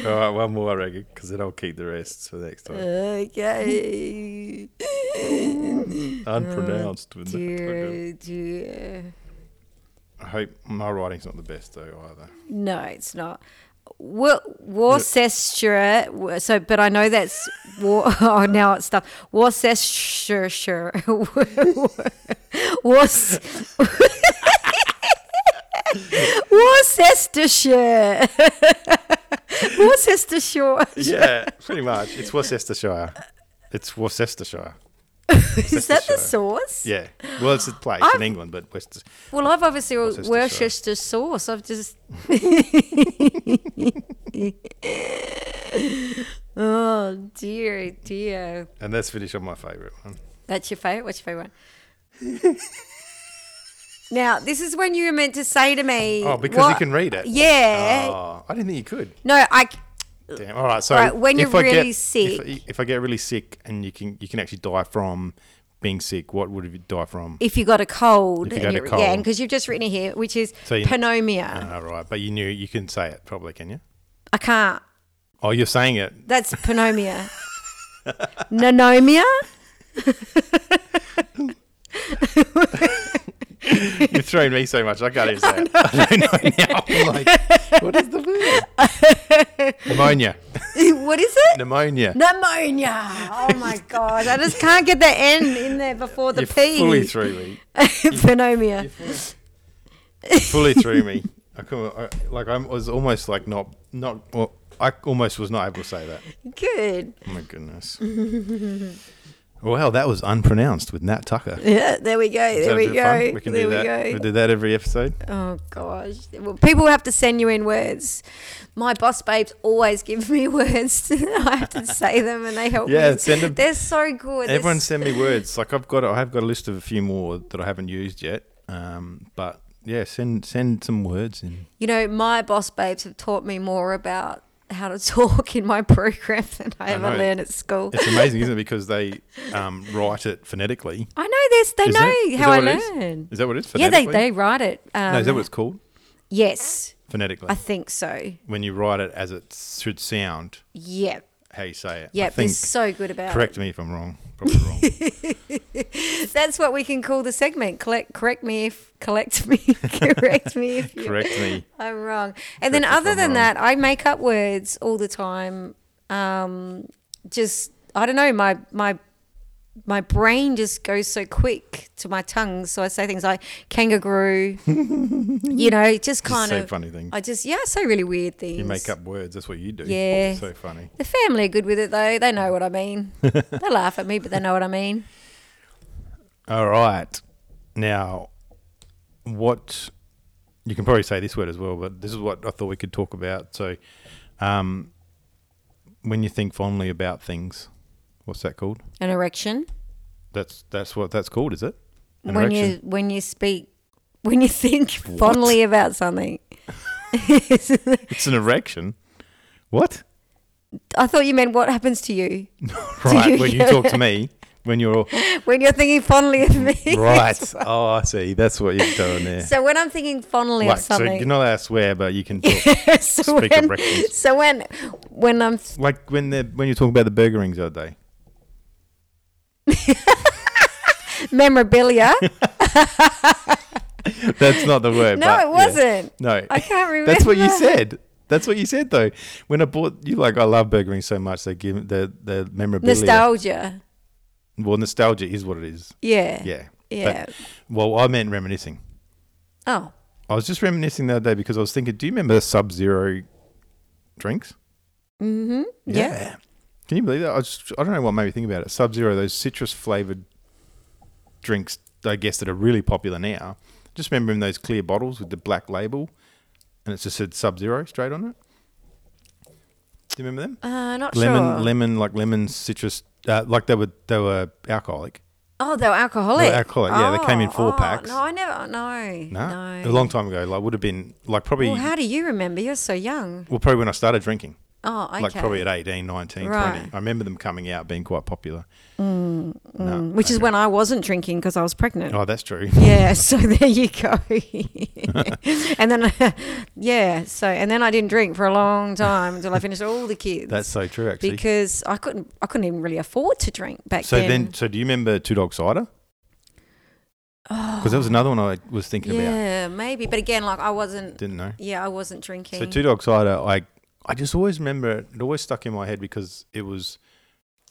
Speaker 1: All right, one more, I reckon, because then I'll keep the rest for next time.
Speaker 2: Okay.
Speaker 1: Unpronounced. wouldn't it?
Speaker 2: Dear, dear.
Speaker 1: I hope my writing's not the best though either.
Speaker 2: No, it's not. Wor- Worcestershire. wor- So, but I know that's. War- oh, now it's stuff. Worcestershire. Worc- Worcestershire. Worcestershire.
Speaker 1: Yeah, pretty much. It's Worcestershire. It's Worcestershire.
Speaker 2: Is that
Speaker 1: Worcestershire.
Speaker 2: the sauce?
Speaker 1: Yeah. Well, it's a place in England, but West.
Speaker 2: Well, I've obviously
Speaker 1: Worcestershire.
Speaker 2: Worcestershire sauce. I've just. oh dear, dear.
Speaker 1: And let's finish on my favourite one.
Speaker 2: That's your favorite. What's your favorite one? now, this is when you were meant to say to me.
Speaker 1: Oh, because you
Speaker 2: what-
Speaker 1: can read it.
Speaker 2: Yeah.
Speaker 1: Oh, I didn't think you could.
Speaker 2: No, I. c-
Speaker 1: Damn. All right. So
Speaker 2: Right, when you're
Speaker 1: if I get-
Speaker 2: really
Speaker 1: if-
Speaker 2: sick-
Speaker 1: if, I get really sick and you can you can actually die from being sick, what would you die from?
Speaker 2: If you got a cold,
Speaker 1: If you got a
Speaker 2: and you're- yeah,
Speaker 1: cold.
Speaker 2: because you've just written it here, which is
Speaker 1: So you-
Speaker 2: panomia.
Speaker 1: All Ah, right, but you knew you can say it probably, can you?
Speaker 2: I can't.
Speaker 1: Oh, you're saying it.
Speaker 2: That's panomia. Nanomia.
Speaker 1: You've thrown me so much. I can't even say it. I don't know now. I'm like, what is the word? Pneumonia.
Speaker 2: what is it?
Speaker 1: Pneumonia.
Speaker 2: Pneumonia. Oh my god! I just can't get the N in there before the
Speaker 1: you
Speaker 2: P.
Speaker 1: fully threw me.
Speaker 2: Pneumonia.
Speaker 1: Fully threw me. I couldn't. I, like I was almost like not not. Well, I almost was not able to say that.
Speaker 2: Good.
Speaker 1: Oh my goodness. Well, that was unpronounced with Nat Tucker.
Speaker 2: Yeah. There we go.
Speaker 1: Is that
Speaker 2: There
Speaker 1: a
Speaker 2: we
Speaker 1: bit of fun?
Speaker 2: go.
Speaker 1: We can
Speaker 2: there
Speaker 1: do
Speaker 2: we
Speaker 1: that.
Speaker 2: go.
Speaker 1: We do that every episode.
Speaker 2: Oh gosh. Well, people have to send you in words. My boss babes always give me words. I have to say them and they help
Speaker 1: Yeah,
Speaker 2: me.
Speaker 1: send 'em-
Speaker 2: They're so good. They're
Speaker 1: Everyone
Speaker 2: s-
Speaker 1: send me words. Like I've got, I have got a list of a few more that I haven't used yet. Um, but yeah, send send some words in.
Speaker 2: you know, my boss babes have taught me more about how to talk in my program than I,
Speaker 1: I
Speaker 2: ever
Speaker 1: know.
Speaker 2: learned at school.
Speaker 1: It's amazing, isn't it? Because they um, write it phonetically.
Speaker 2: I know this. They
Speaker 1: Is
Speaker 2: know
Speaker 1: that- is
Speaker 2: how I
Speaker 1: that what it is?
Speaker 2: learn.
Speaker 1: Is that what it is?
Speaker 2: Yeah, they,
Speaker 1: Phonetically?
Speaker 2: they write it. Um,
Speaker 1: No, is that what it's called?
Speaker 2: yes,
Speaker 1: Phonetically.
Speaker 2: I think so.
Speaker 1: when you write it as it should sound,
Speaker 2: Yeah,
Speaker 1: how you say it. I
Speaker 2: yeah. uh, They're
Speaker 1: think.
Speaker 2: so good about
Speaker 1: Correct me if I'm wrong. Probably wrong.
Speaker 2: it. That's what we can call the segment. Collect, correct me if, collect me, correct me if you
Speaker 1: Correct me.
Speaker 2: I'm wrong. And then,
Speaker 1: Correct if
Speaker 2: other
Speaker 1: I'm
Speaker 2: than
Speaker 1: wrong.
Speaker 2: that, I make up words all the time. Um, just I don't know. My my my brain just goes so quick to my tongue. So I say things like kangaroo, you know, just
Speaker 1: Just
Speaker 2: kind
Speaker 1: say
Speaker 2: of.
Speaker 1: funny things.
Speaker 2: I just yeah, I say really weird things.
Speaker 1: You make up words. That's what you do.
Speaker 2: Yeah.
Speaker 1: So funny.
Speaker 2: The family are good with it though. They know what I mean. they laugh at me, but they know what I mean.
Speaker 1: All right. Now, what you can probably say this word as well, but this is what I thought we could talk about. So, um, when you think fondly about things, what's that called?
Speaker 2: An erection.
Speaker 1: That's that's what that's called, is it? An
Speaker 2: when
Speaker 1: erection.
Speaker 2: you when you speak when you think fondly about something.
Speaker 1: it's an erection. What?
Speaker 2: I thought you meant what happens to you
Speaker 1: Right.
Speaker 2: you
Speaker 1: when you
Speaker 2: get
Speaker 1: talk to me, when you're
Speaker 2: when you're thinking fondly of me.
Speaker 1: right. Oh, I see. That's what you're doing there.
Speaker 2: So when I'm thinking fondly
Speaker 1: like,
Speaker 2: of
Speaker 1: so
Speaker 2: something,
Speaker 1: you're not allowed to swear, but you can talk.
Speaker 2: so
Speaker 1: speak
Speaker 2: when,
Speaker 1: erections.
Speaker 2: so when when I'm
Speaker 1: like when the when you're talking about the burger rings the other day.
Speaker 2: memorabilia,
Speaker 1: That's not the word.
Speaker 2: no,
Speaker 1: but yeah.
Speaker 2: it wasn't.
Speaker 1: No.
Speaker 2: I can't remember.
Speaker 1: That's what you said. That's what you said though. When I bought you, like I love Burger King so much. They give the the memorabilia.
Speaker 2: Nostalgia.
Speaker 1: Well, nostalgia is what it is.
Speaker 2: Yeah.
Speaker 1: Yeah.
Speaker 2: Yeah.
Speaker 1: Well, I meant reminiscing.
Speaker 2: oh.
Speaker 1: I was just reminiscing the other day because I was thinking. Do you remember Sub Zero drinks?
Speaker 2: Mm-hmm. Yeah.
Speaker 1: Can you believe that? I just I don't know what made me think about it. Sub Zero, those citrus flavored drinks. I guess that are really popular now. Just remember in those clear bottles with the black label, and it just said Sub Zero straight on it. Do you remember them?
Speaker 2: Uh, not
Speaker 1: lemon,
Speaker 2: sure.
Speaker 1: lemon, like lemon citrus, uh, like they were they were alcoholic.
Speaker 2: oh, they were alcoholic.
Speaker 1: alcoholic, yeah, they came in
Speaker 2: four
Speaker 1: four packs.
Speaker 2: No, I never. No.
Speaker 1: No,
Speaker 2: No.
Speaker 1: a long time ago. Like would have been like probably
Speaker 2: well,
Speaker 1: well,
Speaker 2: how do you remember? You're so young.
Speaker 1: probably when I started drinking,
Speaker 2: Oh, okay.
Speaker 1: like probably at 18, 19,
Speaker 2: Right.
Speaker 1: 20. I remember them coming out being quite popular. no,
Speaker 2: Mm, Which is when I wasn't drinking because I was pregnant.
Speaker 1: Oh, that's true.
Speaker 2: Yeah, so there you go. and then, yeah, so and then I didn't drink for a long time until I finished all the kids.
Speaker 1: That's so true actually.
Speaker 2: because I couldn't, I couldn't even really afford to drink back
Speaker 1: so
Speaker 2: then.
Speaker 1: then, so do you remember Two Dog Cider?
Speaker 2: oh,
Speaker 1: Because that was another one I was thinking about.
Speaker 2: yeah, maybe, but again, like I wasn't.
Speaker 1: Didn't know.
Speaker 2: Yeah, I wasn't drinking.
Speaker 1: So Two Dog Cider, I I just always remember it. It always stuck in my head because it was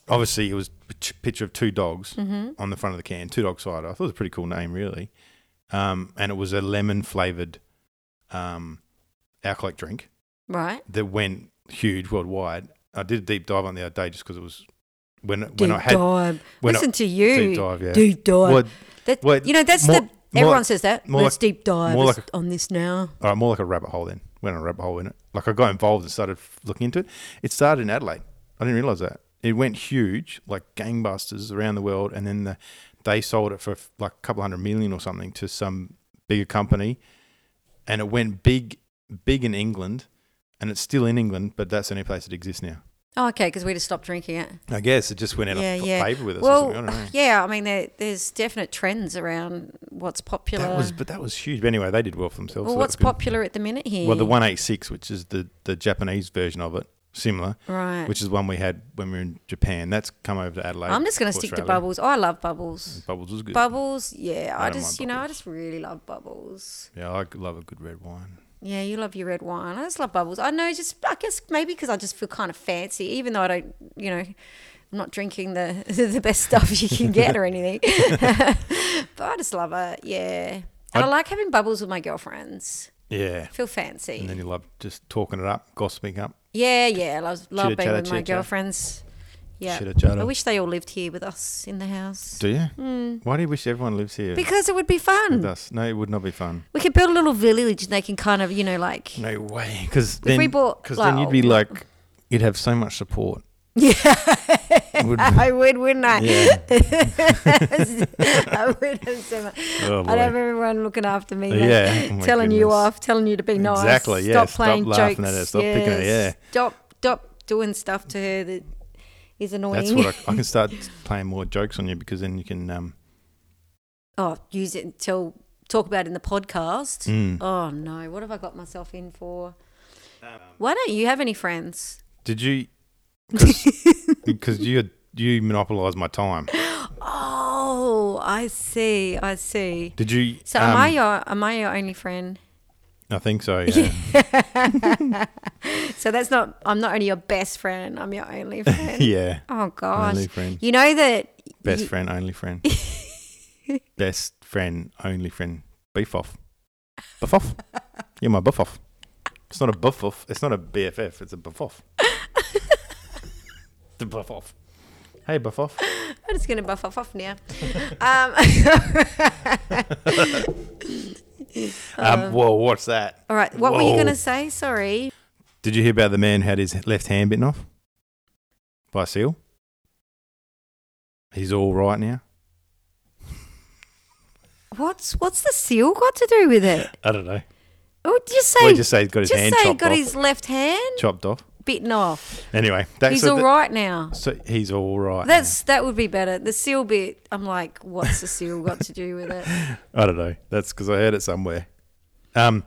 Speaker 1: obviously it was a pic- picture of two dogs
Speaker 2: Mm-hmm.
Speaker 1: on the front of the can. Two Dog Cider. I thought it was a pretty cool name, really. Um, and it was a lemon flavored um, alcoholic drink
Speaker 2: Right.
Speaker 1: that went huge worldwide. I did a deep dive on it the other day just because it was when when
Speaker 2: Deep
Speaker 1: I had
Speaker 2: dive.
Speaker 1: when
Speaker 2: Listen to
Speaker 1: I,
Speaker 2: you.
Speaker 1: deep dive. Yeah.
Speaker 2: Deep dive.
Speaker 1: Well,
Speaker 2: That-
Speaker 1: well,
Speaker 2: you know, that's
Speaker 1: more-
Speaker 2: the.
Speaker 1: more
Speaker 2: Everyone
Speaker 1: like-
Speaker 2: says that.
Speaker 1: more
Speaker 2: Let's deep dive
Speaker 1: more like
Speaker 2: It's on this now.
Speaker 1: all right, more like a rabbit hole then. Went on a rabbit hole in it. Like I got involved and started f- looking into it. It started in Adelaide. I didn't realize that. It went huge, like gangbusters around the world. And then the, they sold it for f- like a couple hundred million or something to some bigger company. And it went big, big in England. And it's still in England, but that's the only place it exists now.
Speaker 2: Oh, okay, because we just stopped drinking it.
Speaker 1: I guess it just went out
Speaker 2: Yeah,
Speaker 1: of
Speaker 2: yeah.
Speaker 1: favor with us or
Speaker 2: Well,
Speaker 1: something. I don't know.
Speaker 2: yeah, I mean, there, there's definite trends around what's popular.
Speaker 1: That was, but that was huge. But anyway, they did well for themselves.
Speaker 2: well,
Speaker 1: so that
Speaker 2: what's
Speaker 1: was good.
Speaker 2: popular at the minute here?
Speaker 1: Well, the 186, which is the, the Japanese version of it, similar.
Speaker 2: right.
Speaker 1: which is one we had when we were in Japan. That's come over to Adelaide.
Speaker 2: I'm just going to stick to
Speaker 1: Australia.
Speaker 2: bubbles. I love bubbles.
Speaker 1: Bubbles was good.
Speaker 2: Bubbles, yeah.
Speaker 1: I
Speaker 2: I,
Speaker 1: don't mind
Speaker 2: just, you know, I
Speaker 1: bubbles.
Speaker 2: just really love bubbles.
Speaker 1: yeah, I love a good red wine.
Speaker 2: Yeah, you love your red wine. I just love bubbles. I know, just I guess maybe because I just feel kind of fancy, even though I don't, you know, I'm not drinking the the best stuff you can get or anything. but I just love it. Yeah, and I,
Speaker 1: I-
Speaker 2: like having bubbles with my girlfriends.
Speaker 1: Yeah.
Speaker 2: Feel fancy.
Speaker 1: And then you love just talking it up, gossiping up.
Speaker 2: Yeah, yeah. I love, love
Speaker 1: Chitter chatter,
Speaker 2: being with my
Speaker 1: chitter chatter.
Speaker 2: girlfriends. Yeah.
Speaker 1: Chitter chatter.
Speaker 2: I wish they all lived here with us in the house.
Speaker 1: Do you?
Speaker 2: Mm.
Speaker 1: Why do you wish everyone lives here
Speaker 2: Because it would be
Speaker 1: with
Speaker 2: fun.
Speaker 1: us? No, it would not be fun.
Speaker 2: We could build a little village and they can kind of, you know, like.
Speaker 1: No way. Because then,
Speaker 2: we bought,
Speaker 1: 'cause then you'd be like, you'd have so much support.
Speaker 2: Yeah.
Speaker 1: Would-
Speaker 2: I would, wouldn't I?
Speaker 1: Yeah.
Speaker 2: I would have so much.
Speaker 1: Oh,
Speaker 2: I'd have
Speaker 1: boy.
Speaker 2: everyone looking after me. like,
Speaker 1: yeah. Oh my
Speaker 2: telling you
Speaker 1: goodness.
Speaker 2: off, telling you to be nice.
Speaker 1: Exactly, yeah,
Speaker 2: Stop
Speaker 1: stop
Speaker 2: playing
Speaker 1: laughing
Speaker 2: jokes.
Speaker 1: at her, stop picking her,
Speaker 2: yes,
Speaker 1: yeah.
Speaker 2: Stop, stop doing stuff to her that is annoying.
Speaker 1: That's what I, I can start playing more jokes on you because then you can. Um,
Speaker 2: oh, use it until talk about it in the podcast.
Speaker 1: mm.
Speaker 2: Oh no, what have I got myself in for? Why don't you have any friends?
Speaker 1: Did you? Because you you monopolise my time.
Speaker 2: Oh, I see, I see.
Speaker 1: Did you?
Speaker 2: So am
Speaker 1: um,
Speaker 2: I your am I your only friend?
Speaker 1: I think so. Yeah.
Speaker 2: So that's not I'm not only your best friend, I'm your only friend.
Speaker 1: yeah.
Speaker 2: Oh gosh.
Speaker 1: Only friend.
Speaker 2: You know that
Speaker 1: Best
Speaker 2: Ye-
Speaker 1: friend, only friend. Best friend, only friend. Beef off. Buff off. You're my buff off. It's not a buff off. It's not a BFF. It's a buff off. The buff off. Hey, buff off.
Speaker 2: I'm just gonna buff off off now. um,
Speaker 1: Um, whoa, what's that?
Speaker 2: Uh, all right, what were you
Speaker 1: Whoa.
Speaker 2: gonna say? Sorry.
Speaker 1: Did you hear about the man who had his left hand bitten off by a seal? He's all right now.
Speaker 2: What's what's the seal got to do with it?
Speaker 1: I don't know.
Speaker 2: Oh, just say
Speaker 1: We just say he's got his
Speaker 2: just
Speaker 1: hand
Speaker 2: say he
Speaker 1: chopped
Speaker 2: got
Speaker 1: off.
Speaker 2: his left hand
Speaker 1: chopped off.
Speaker 2: bitten off.
Speaker 1: Anyway, that's
Speaker 2: He's
Speaker 1: so
Speaker 2: all
Speaker 1: th-
Speaker 2: right now.
Speaker 1: So he's all right.
Speaker 2: That's that would be better. The seal bit. I'm like, what's the seal got to do with it?
Speaker 1: I don't know. That's because I heard it somewhere. Um,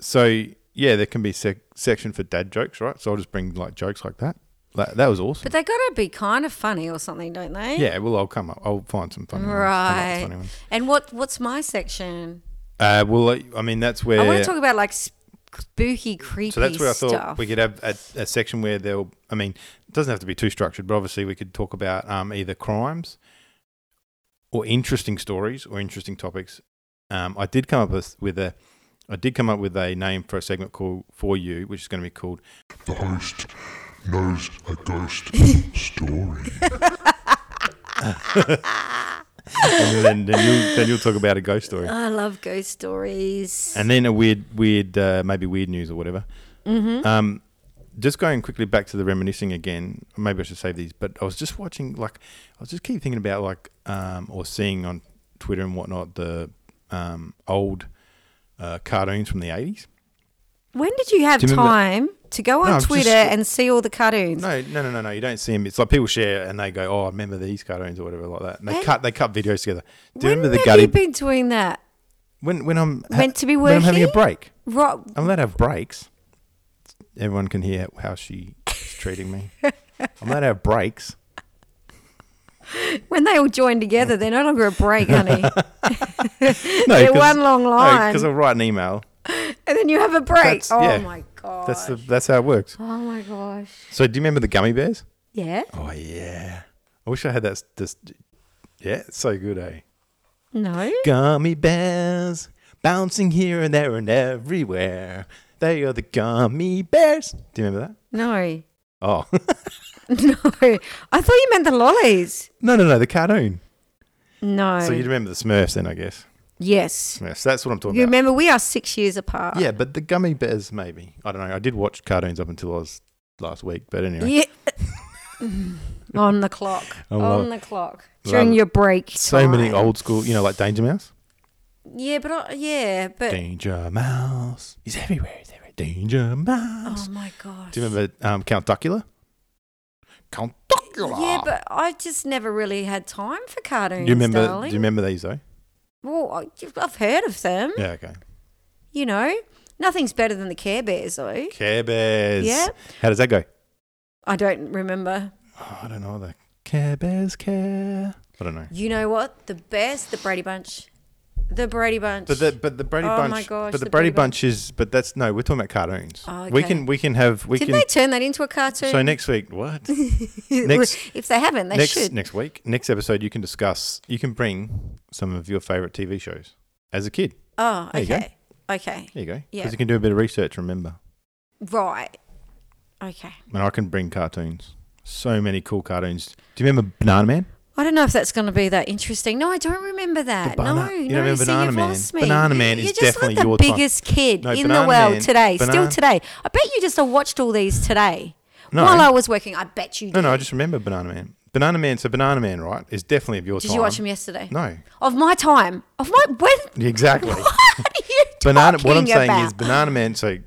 Speaker 1: so yeah, there can be sec- section for dad jokes, right? So I'll just bring like jokes like that. That, that was awesome.
Speaker 2: But they got to be kind of funny or something, don't they?
Speaker 1: yeah, well, I'll come up. I'll find some funny ones. I'll find
Speaker 2: Right.
Speaker 1: funny ones.
Speaker 2: And what what's my section?
Speaker 1: Uh, well, I- I mean, that's where.
Speaker 2: I want to talk about like spooky, creepy
Speaker 1: so that's where I thought
Speaker 2: stuff.
Speaker 1: we could have a, a section where they'll. I mean, it doesn't have to be too structured, but obviously we could talk about um, either crimes or interesting stories or interesting topics. Um, I did come up with, with a. I did come up with a name for a segment called "For You," which is going to be called
Speaker 3: The host knows a ghost story.
Speaker 1: and then, then you'll then you'll talk about a ghost story,
Speaker 2: Ah, I love ghost stories.
Speaker 1: and then a weird, weird, uh, maybe weird news or whatever. Mm-hmm. Um, just going quickly back to the reminiscing again. Maybe I should save these, but I was just watching, like, I was just keep thinking about, like, um, or seeing on Twitter and whatnot the um, old uh, cartoons from the eighties.
Speaker 2: when did you have
Speaker 1: Do you remember-
Speaker 2: time to go on
Speaker 1: No, I've
Speaker 2: Twitter
Speaker 1: just-
Speaker 2: and see all the cartoons?
Speaker 1: No, no, no, no, no. You don't see them. It's like people share and they go, "Oh, I remember these cartoons" or whatever, like that. And they
Speaker 2: And-
Speaker 1: cut they cut videos together. Do you
Speaker 2: when
Speaker 1: remember the
Speaker 2: have
Speaker 1: gutty
Speaker 2: you been doing that?
Speaker 1: when when I'm
Speaker 2: Meant to be
Speaker 1: when I'm having a
Speaker 2: working?
Speaker 1: break?
Speaker 2: Right.
Speaker 1: I'm allowed to have breaks. Everyone can hear how she's treating me. I'm allowed to have breaks.
Speaker 2: When they all join together, they're no longer a break, honey.
Speaker 1: No,
Speaker 2: They're one long line.
Speaker 1: because I'll write an email.
Speaker 2: and then you have a break.
Speaker 1: That's-
Speaker 2: Oh
Speaker 1: yeah.
Speaker 2: my god.
Speaker 1: That's the, that's how it works.
Speaker 2: oh my gosh.
Speaker 1: So, do you remember the gummy bears?
Speaker 2: Yeah.
Speaker 1: Oh yeah. I wish I had that. s- This, yeah, it's so good, eh?
Speaker 2: No.
Speaker 1: Gummy bears bouncing here and there and everywhere. They are the gummy bears. Do you remember that?
Speaker 2: No.
Speaker 1: Oh
Speaker 2: No. I thought you meant the lollies.
Speaker 1: no, no, no, the cartoon.
Speaker 2: No.
Speaker 1: So you remember the Smurfs then, I guess.
Speaker 2: yes.
Speaker 1: Smurfs. That's what I'm talking
Speaker 2: You
Speaker 1: about.
Speaker 2: remember we are six years apart.
Speaker 1: Yeah, but the gummy bears, maybe. I don't know. I did watch cartoons up until I was last week, but anyway.
Speaker 2: Yeah. on the clock.
Speaker 1: I love
Speaker 2: on
Speaker 1: it.
Speaker 2: the clock.
Speaker 1: Love
Speaker 2: During
Speaker 1: it.
Speaker 2: your break.
Speaker 1: So many
Speaker 2: time.
Speaker 1: old school, you know, like Danger Mouse.
Speaker 2: Yeah, but I, yeah, but
Speaker 1: Danger Mouse. He's everywhere. He's everywhere. Danger Mouse.
Speaker 2: oh my gosh.
Speaker 1: Do you remember um, Count Duckula? Count Duckula.
Speaker 2: Yeah, but I just never really had time for cartoons.
Speaker 1: Do you remember?
Speaker 2: Darling.
Speaker 1: Do you remember these though?
Speaker 2: Well, I- I've heard of them.
Speaker 1: Yeah. Okay.
Speaker 2: You know, nothing's better than the Care Bears, though.
Speaker 1: Care Bears.
Speaker 2: Yeah.
Speaker 1: How does that go?
Speaker 2: I don't remember.
Speaker 1: Oh, I don't know. The Care Bears care. I don't know.
Speaker 2: You know what? The best, the Brady Bunch, the Brady Bunch.
Speaker 1: But the but the Brady
Speaker 2: Oh my
Speaker 1: Bunch.
Speaker 2: gosh,
Speaker 1: but the,
Speaker 2: the
Speaker 1: Brady,
Speaker 2: Brady
Speaker 1: Bunch is. But that's no. We're talking about cartoons.
Speaker 2: Oh,
Speaker 1: We
Speaker 2: okay.
Speaker 1: can we can have we
Speaker 2: Did
Speaker 1: can.
Speaker 2: they turn that into a cartoon?
Speaker 1: So next week, what? next-
Speaker 2: if they haven't, they
Speaker 1: next
Speaker 2: should.
Speaker 1: next week, next episode, you can discuss. You can bring some of your favorite TV shows as a kid.
Speaker 2: Oh,
Speaker 1: There you go.
Speaker 2: okay, okay,
Speaker 1: There you go. Because
Speaker 2: Yeah.
Speaker 1: you can do a bit of research. Remember,
Speaker 2: right, okay.
Speaker 1: and I can bring cartoons. So many cool cartoons. Do you remember Banana Man?
Speaker 2: I don't know if that's going to be that interesting. No, I don't remember that.
Speaker 1: Banana-
Speaker 2: no,
Speaker 1: you don't
Speaker 2: no,
Speaker 1: remember
Speaker 2: see,
Speaker 1: Banana
Speaker 2: you've
Speaker 1: Man?
Speaker 2: lost me.
Speaker 1: Banana Man is
Speaker 2: you you're just
Speaker 1: definitely
Speaker 2: like the
Speaker 1: your time.
Speaker 2: biggest kid
Speaker 1: No,
Speaker 2: in the
Speaker 1: Banana
Speaker 2: world
Speaker 1: Man-
Speaker 2: today. Still
Speaker 1: Banana-
Speaker 2: today. I bet you just watched all these today
Speaker 1: No.
Speaker 2: while I was working. I bet you did.
Speaker 1: No, no. I just remember Banana Man. Banana Man. So Banana Man, right, is definitely of your
Speaker 2: did
Speaker 1: time.
Speaker 2: you watch them yesterday?
Speaker 1: No.
Speaker 2: Of my time. Of my when?
Speaker 1: Exactly.
Speaker 2: What are you
Speaker 1: Banana.
Speaker 2: talking
Speaker 1: What I'm saying
Speaker 2: about?
Speaker 1: is Banana Man. So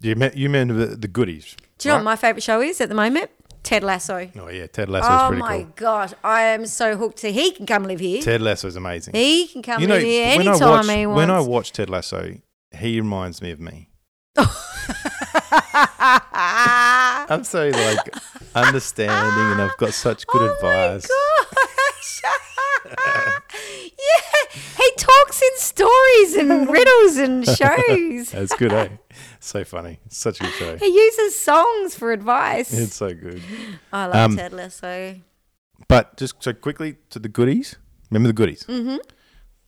Speaker 1: you me- you remember the, the goodies?
Speaker 2: Do you know
Speaker 1: right?
Speaker 2: what my favorite show is at the moment? Ted Lasso.
Speaker 1: Oh yeah, Ted Lasso is
Speaker 2: Oh
Speaker 1: pretty
Speaker 2: my
Speaker 1: cool.
Speaker 2: gosh, I am so hooked. To, he can come live here.
Speaker 1: Ted Lasso is amazing.
Speaker 2: he can come
Speaker 1: you know,
Speaker 2: live here
Speaker 1: when I
Speaker 2: anytime
Speaker 1: watch
Speaker 2: he wants.
Speaker 1: when I watch Ted Lasso, he reminds me of me. I'm so like understanding, and I've got such good
Speaker 2: Oh
Speaker 1: advice.
Speaker 2: My gosh. yeah, he talks in stories and riddles and shows.
Speaker 1: That's good, eh? So funny. It's such a good show.
Speaker 2: he uses songs for advice.
Speaker 1: It's so good.
Speaker 2: I love
Speaker 1: Um,
Speaker 2: Ted Lasso.
Speaker 1: But just so quickly to the goodies. Remember the goodies.
Speaker 2: Mm-hmm.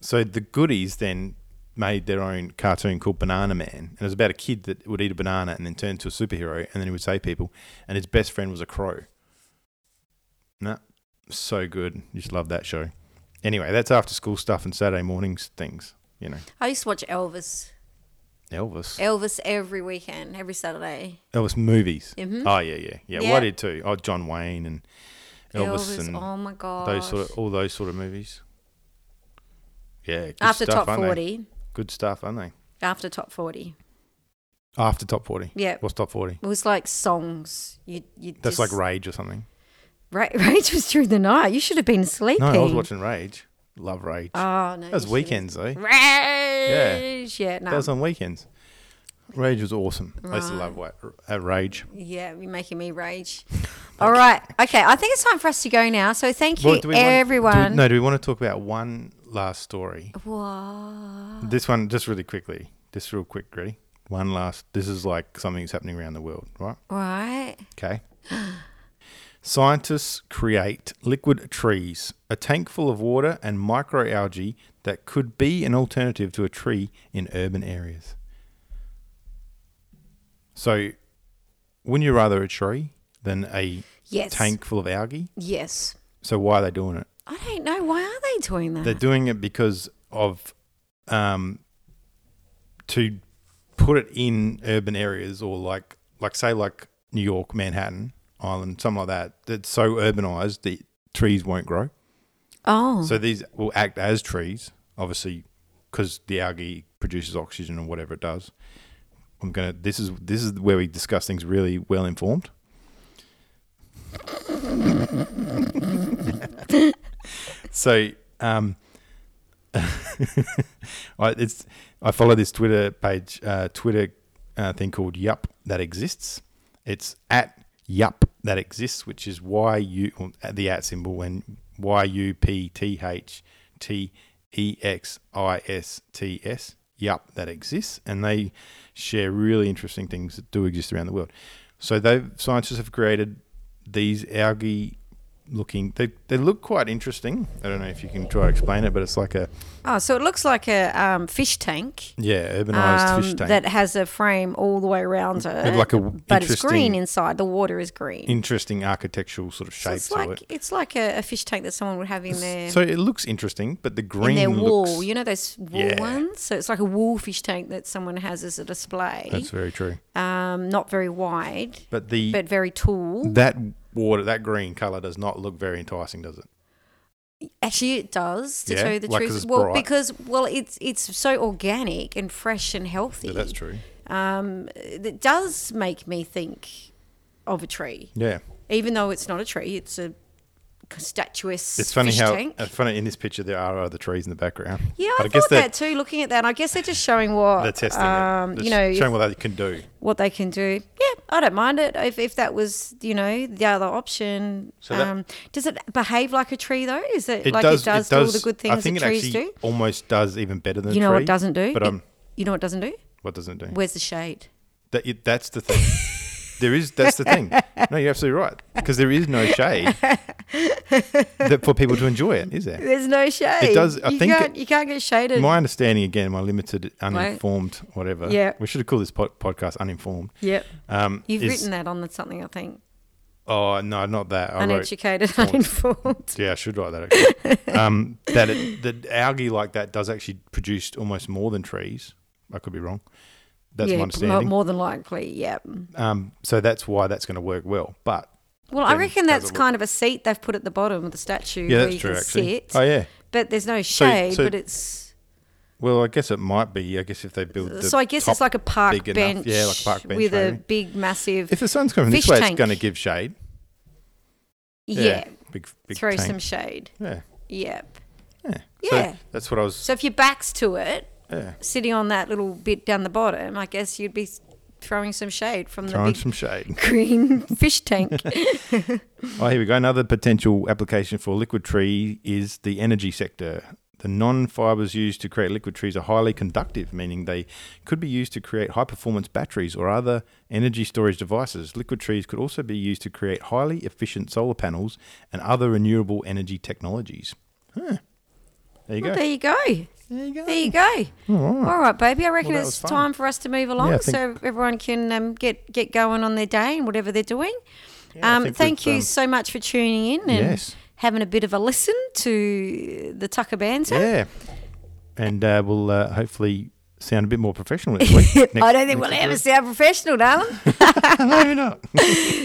Speaker 1: So the goodies then made their own cartoon called Banana Man, and it was about a kid that would eat a banana and then turn into a superhero, and then he would save people. And his best friend was a crow. Nah, so good. Just love that show. Anyway, that's after school stuff and Saturday mornings things. You know,
Speaker 2: I used to watch Elvis.
Speaker 1: Elvis.
Speaker 2: Elvis every weekend, every Saturday.
Speaker 1: Elvis movies.
Speaker 2: Mm-hmm.
Speaker 1: Oh yeah, yeah, yeah. Well,
Speaker 2: Yeah.
Speaker 1: I did too. Oh, John Wayne and Elvis, and
Speaker 2: oh my god.
Speaker 1: those sort of all those sort of movies. Yeah, good
Speaker 2: after
Speaker 1: stuff,
Speaker 2: top
Speaker 1: aren't they?
Speaker 2: 40.
Speaker 1: Good stuff, aren't they?
Speaker 2: After top 40.
Speaker 1: After top forty.
Speaker 2: Yeah.
Speaker 1: What's top forty?
Speaker 2: It was like songs. You you
Speaker 1: That's
Speaker 2: just,
Speaker 1: like Rage or something.
Speaker 2: Ra- Rage was during the night. You should have been sleeping.
Speaker 1: No, I was watching Rage. Love Rage.
Speaker 2: Oh
Speaker 1: that
Speaker 2: no.
Speaker 1: was
Speaker 2: you should've.
Speaker 1: weekends though.
Speaker 2: Rage. Yeah. no.
Speaker 1: That was on weekends. Rage was awesome. I used to
Speaker 2: Right.
Speaker 1: love wa- uh, Rage.
Speaker 2: Yeah, you're making me rage. All right. Okay. I think it's time for us to go now. So thank you,
Speaker 1: Well, do we want- do we-
Speaker 2: everyone.
Speaker 1: no, do we want to talk about one last story?
Speaker 2: Whoa.
Speaker 1: This one, just really quickly, just real quick, ready? One last. This is like something that's happening around the world, right?
Speaker 2: Right.
Speaker 1: Okay. Scientists create liquid trees, a tank full of water and microalgae that could be an alternative to a tree in urban areas. So, wouldn't you rather a tree than a
Speaker 2: Yes.
Speaker 1: tank full of algae?
Speaker 2: Yes.
Speaker 1: So, why are they doing it?
Speaker 2: I don't know. Why are they doing that?
Speaker 1: They're doing it because of um, to put it in urban areas or like like say like New York, Manhattan, Island, something like that. That's so urbanized the trees won't grow.
Speaker 2: oh.
Speaker 1: So these will act as trees, obviously, because the algae produces oxygen and whatever it does. I'm gonna. This is this is where we discuss things really well informed. so, um, I, it's I follow this Twitter page, uh, Twitter uh, thing called Yup that exists. It's at Yup that exists, which is Y U well, at the at symbol and Y U P T H T E X I S T S. Yup that exists, and they share really interesting things that do exist around the world. So they scientists have created these algae looking they, they look quite interesting i don't know if you can try to explain it but it's like a
Speaker 2: oh, so it looks like a um, fish tank.
Speaker 1: yeah urbanized
Speaker 2: um,
Speaker 1: fish tank
Speaker 2: That has a frame all the way around it.
Speaker 1: like a
Speaker 2: but it's green
Speaker 1: interesting-
Speaker 2: inside. The water is green.
Speaker 1: interesting architectural sort of
Speaker 2: so
Speaker 1: shape
Speaker 2: it's
Speaker 1: to it.
Speaker 2: like it's like a, a fish tank that someone would have in their
Speaker 1: So it looks interesting, but the green
Speaker 2: in their
Speaker 1: looks.
Speaker 2: wall. You know those wall
Speaker 1: Yeah.
Speaker 2: ones? So it's like a wall fish tank that someone has as a display.
Speaker 1: That's very true.
Speaker 2: um, not very wide,
Speaker 1: But the
Speaker 2: but very tall.
Speaker 1: that water, that green color, does not look very enticing, does it?
Speaker 2: Actually, it does to
Speaker 1: Yeah?
Speaker 2: tell you the
Speaker 1: Like, 'cause
Speaker 2: truth.
Speaker 1: it's
Speaker 2: well,
Speaker 1: bright.
Speaker 2: because well, it's it's so organic and fresh and healthy.
Speaker 1: Yeah, that's true.
Speaker 2: Um, it does make me think of a tree,
Speaker 1: Yeah,
Speaker 2: even though it's not a tree. It's a statuesque.
Speaker 1: it's funny
Speaker 2: fish
Speaker 1: how
Speaker 2: Tank.
Speaker 1: it's funny in this picture there are other trees in the background.
Speaker 2: Yeah, I
Speaker 1: but I
Speaker 2: thought
Speaker 1: guess they're,
Speaker 2: that too. Looking at that, and I guess they're just showing what
Speaker 1: they're testing
Speaker 2: um,
Speaker 1: it.
Speaker 2: you know,
Speaker 1: showing what they can do.
Speaker 2: what they can do. Yeah, I don't mind it if, if that was you know the other option.
Speaker 1: So that-
Speaker 2: um, does it behave like a tree though? Is it,
Speaker 1: It
Speaker 2: like
Speaker 1: does.
Speaker 2: it does do all the good
Speaker 1: I
Speaker 2: things
Speaker 1: think
Speaker 2: that
Speaker 1: it
Speaker 2: trees
Speaker 1: actually
Speaker 2: do?
Speaker 1: almost does even better than
Speaker 2: You know
Speaker 1: a tree.
Speaker 2: what it doesn't do?
Speaker 1: But
Speaker 2: It-
Speaker 1: um,
Speaker 2: you know what it doesn't do?
Speaker 1: what doesn't it do?
Speaker 2: Where's the shade?
Speaker 1: That you, that's the thing. there is that's the thing. No, you're absolutely right because there is no shade that for people to enjoy it, is there?
Speaker 2: There's no shade.
Speaker 1: does- I
Speaker 2: you
Speaker 1: think
Speaker 2: can't,
Speaker 1: it-
Speaker 2: you can't get shaded.
Speaker 1: My understanding again, my limited, uninformed, whatever.
Speaker 2: Yeah.
Speaker 1: we should have called this pod- podcast uninformed.
Speaker 2: yep.
Speaker 1: Um,
Speaker 2: You've
Speaker 1: is-
Speaker 2: written that on the something I think.
Speaker 1: Oh no, not that. I wrote.
Speaker 2: Uneducated, uninformed.
Speaker 1: Yeah, I should write that. Actually. um, that it, that algae like that does actually produce almost more than trees. I could be wrong. That's
Speaker 2: yeah,
Speaker 1: my
Speaker 2: mo-
Speaker 1: understanding.
Speaker 2: more than likely. Yeah. Well,
Speaker 1: um, so that's why that's going to work well. But
Speaker 2: I
Speaker 1: Then
Speaker 2: reckon
Speaker 1: how's
Speaker 2: that's
Speaker 1: it look?
Speaker 2: kind of a seat they've put at the bottom of the statue
Speaker 1: yeah,
Speaker 2: where
Speaker 1: that's
Speaker 2: you
Speaker 1: true.
Speaker 2: can
Speaker 1: Actually,
Speaker 2: sit.
Speaker 1: oh yeah.
Speaker 2: But there's no shade.
Speaker 1: so-
Speaker 2: but it's
Speaker 1: Well, I guess it might be. I guess if they build, the
Speaker 2: so I guess
Speaker 1: top-
Speaker 2: it's like a park
Speaker 1: big enough-
Speaker 2: bench,
Speaker 1: yeah, like a park bench
Speaker 2: with a
Speaker 1: maybe.
Speaker 2: big massive
Speaker 1: if the sun's coming this
Speaker 2: fish
Speaker 1: way,
Speaker 2: tank.
Speaker 1: it's going to give shade.
Speaker 2: yeah,
Speaker 1: big, big
Speaker 2: throw
Speaker 1: tank.
Speaker 2: some shade.
Speaker 1: yeah,
Speaker 2: Yep.
Speaker 1: yeah.
Speaker 2: Yeah.
Speaker 1: So that's what I was.
Speaker 2: So if your back's to it,
Speaker 1: Yeah,
Speaker 2: sitting on that little bit down the bottom, I guess you'd be throwing some shade from the
Speaker 1: throwing
Speaker 2: big
Speaker 1: some shade.
Speaker 2: green fish tank.
Speaker 1: Oh, here we go. Another potential application for liquid tree is the energy sector. The non fibers used to create liquid trees are highly conductive, meaning they could be used to create high performance batteries or other energy storage devices. Liquid trees could also be used to create highly efficient solar panels and other renewable energy technologies. Huh. There you go.
Speaker 2: Well, there you go.
Speaker 1: There you go.
Speaker 2: There you go. All right, baby. I reckon
Speaker 1: Well, that
Speaker 2: it's
Speaker 1: was fun.
Speaker 2: time for us to move along
Speaker 1: Oh. I
Speaker 2: so
Speaker 1: think-
Speaker 2: everyone can um, get get going on their day and whatever they're doing.
Speaker 1: Yeah, I
Speaker 2: um,
Speaker 1: think
Speaker 2: thank
Speaker 1: we've,
Speaker 2: you
Speaker 1: um,
Speaker 2: so much for tuning in and
Speaker 1: Yes.
Speaker 2: having a bit of a listen to the Tucker Banter.
Speaker 1: Yeah. And uh, we'll uh, hopefully sound a bit more professional next week. Next,
Speaker 2: I don't think we'll ever sound professional, darling.
Speaker 1: Maybe not.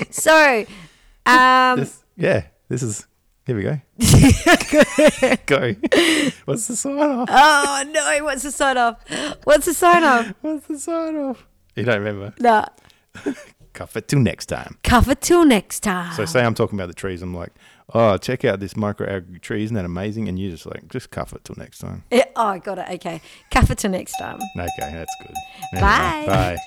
Speaker 2: so, um,
Speaker 1: This- yeah, this is. Here we go. go. What's the sign off?
Speaker 2: oh no, what's the sign off? What's the sign off?
Speaker 1: What's the sign off? You don't remember.
Speaker 2: No,
Speaker 1: Cuff it till next time.
Speaker 2: cover till next time.
Speaker 1: So say I'm talking about the trees. I'm like, oh, check out this microalgae tree. Isn't that amazing? And you're just like, just cuff it till next time.
Speaker 2: Yeah, oh, I got it. Okay, cover till next time.
Speaker 1: Okay, that's good.
Speaker 2: Bye.
Speaker 1: Bye.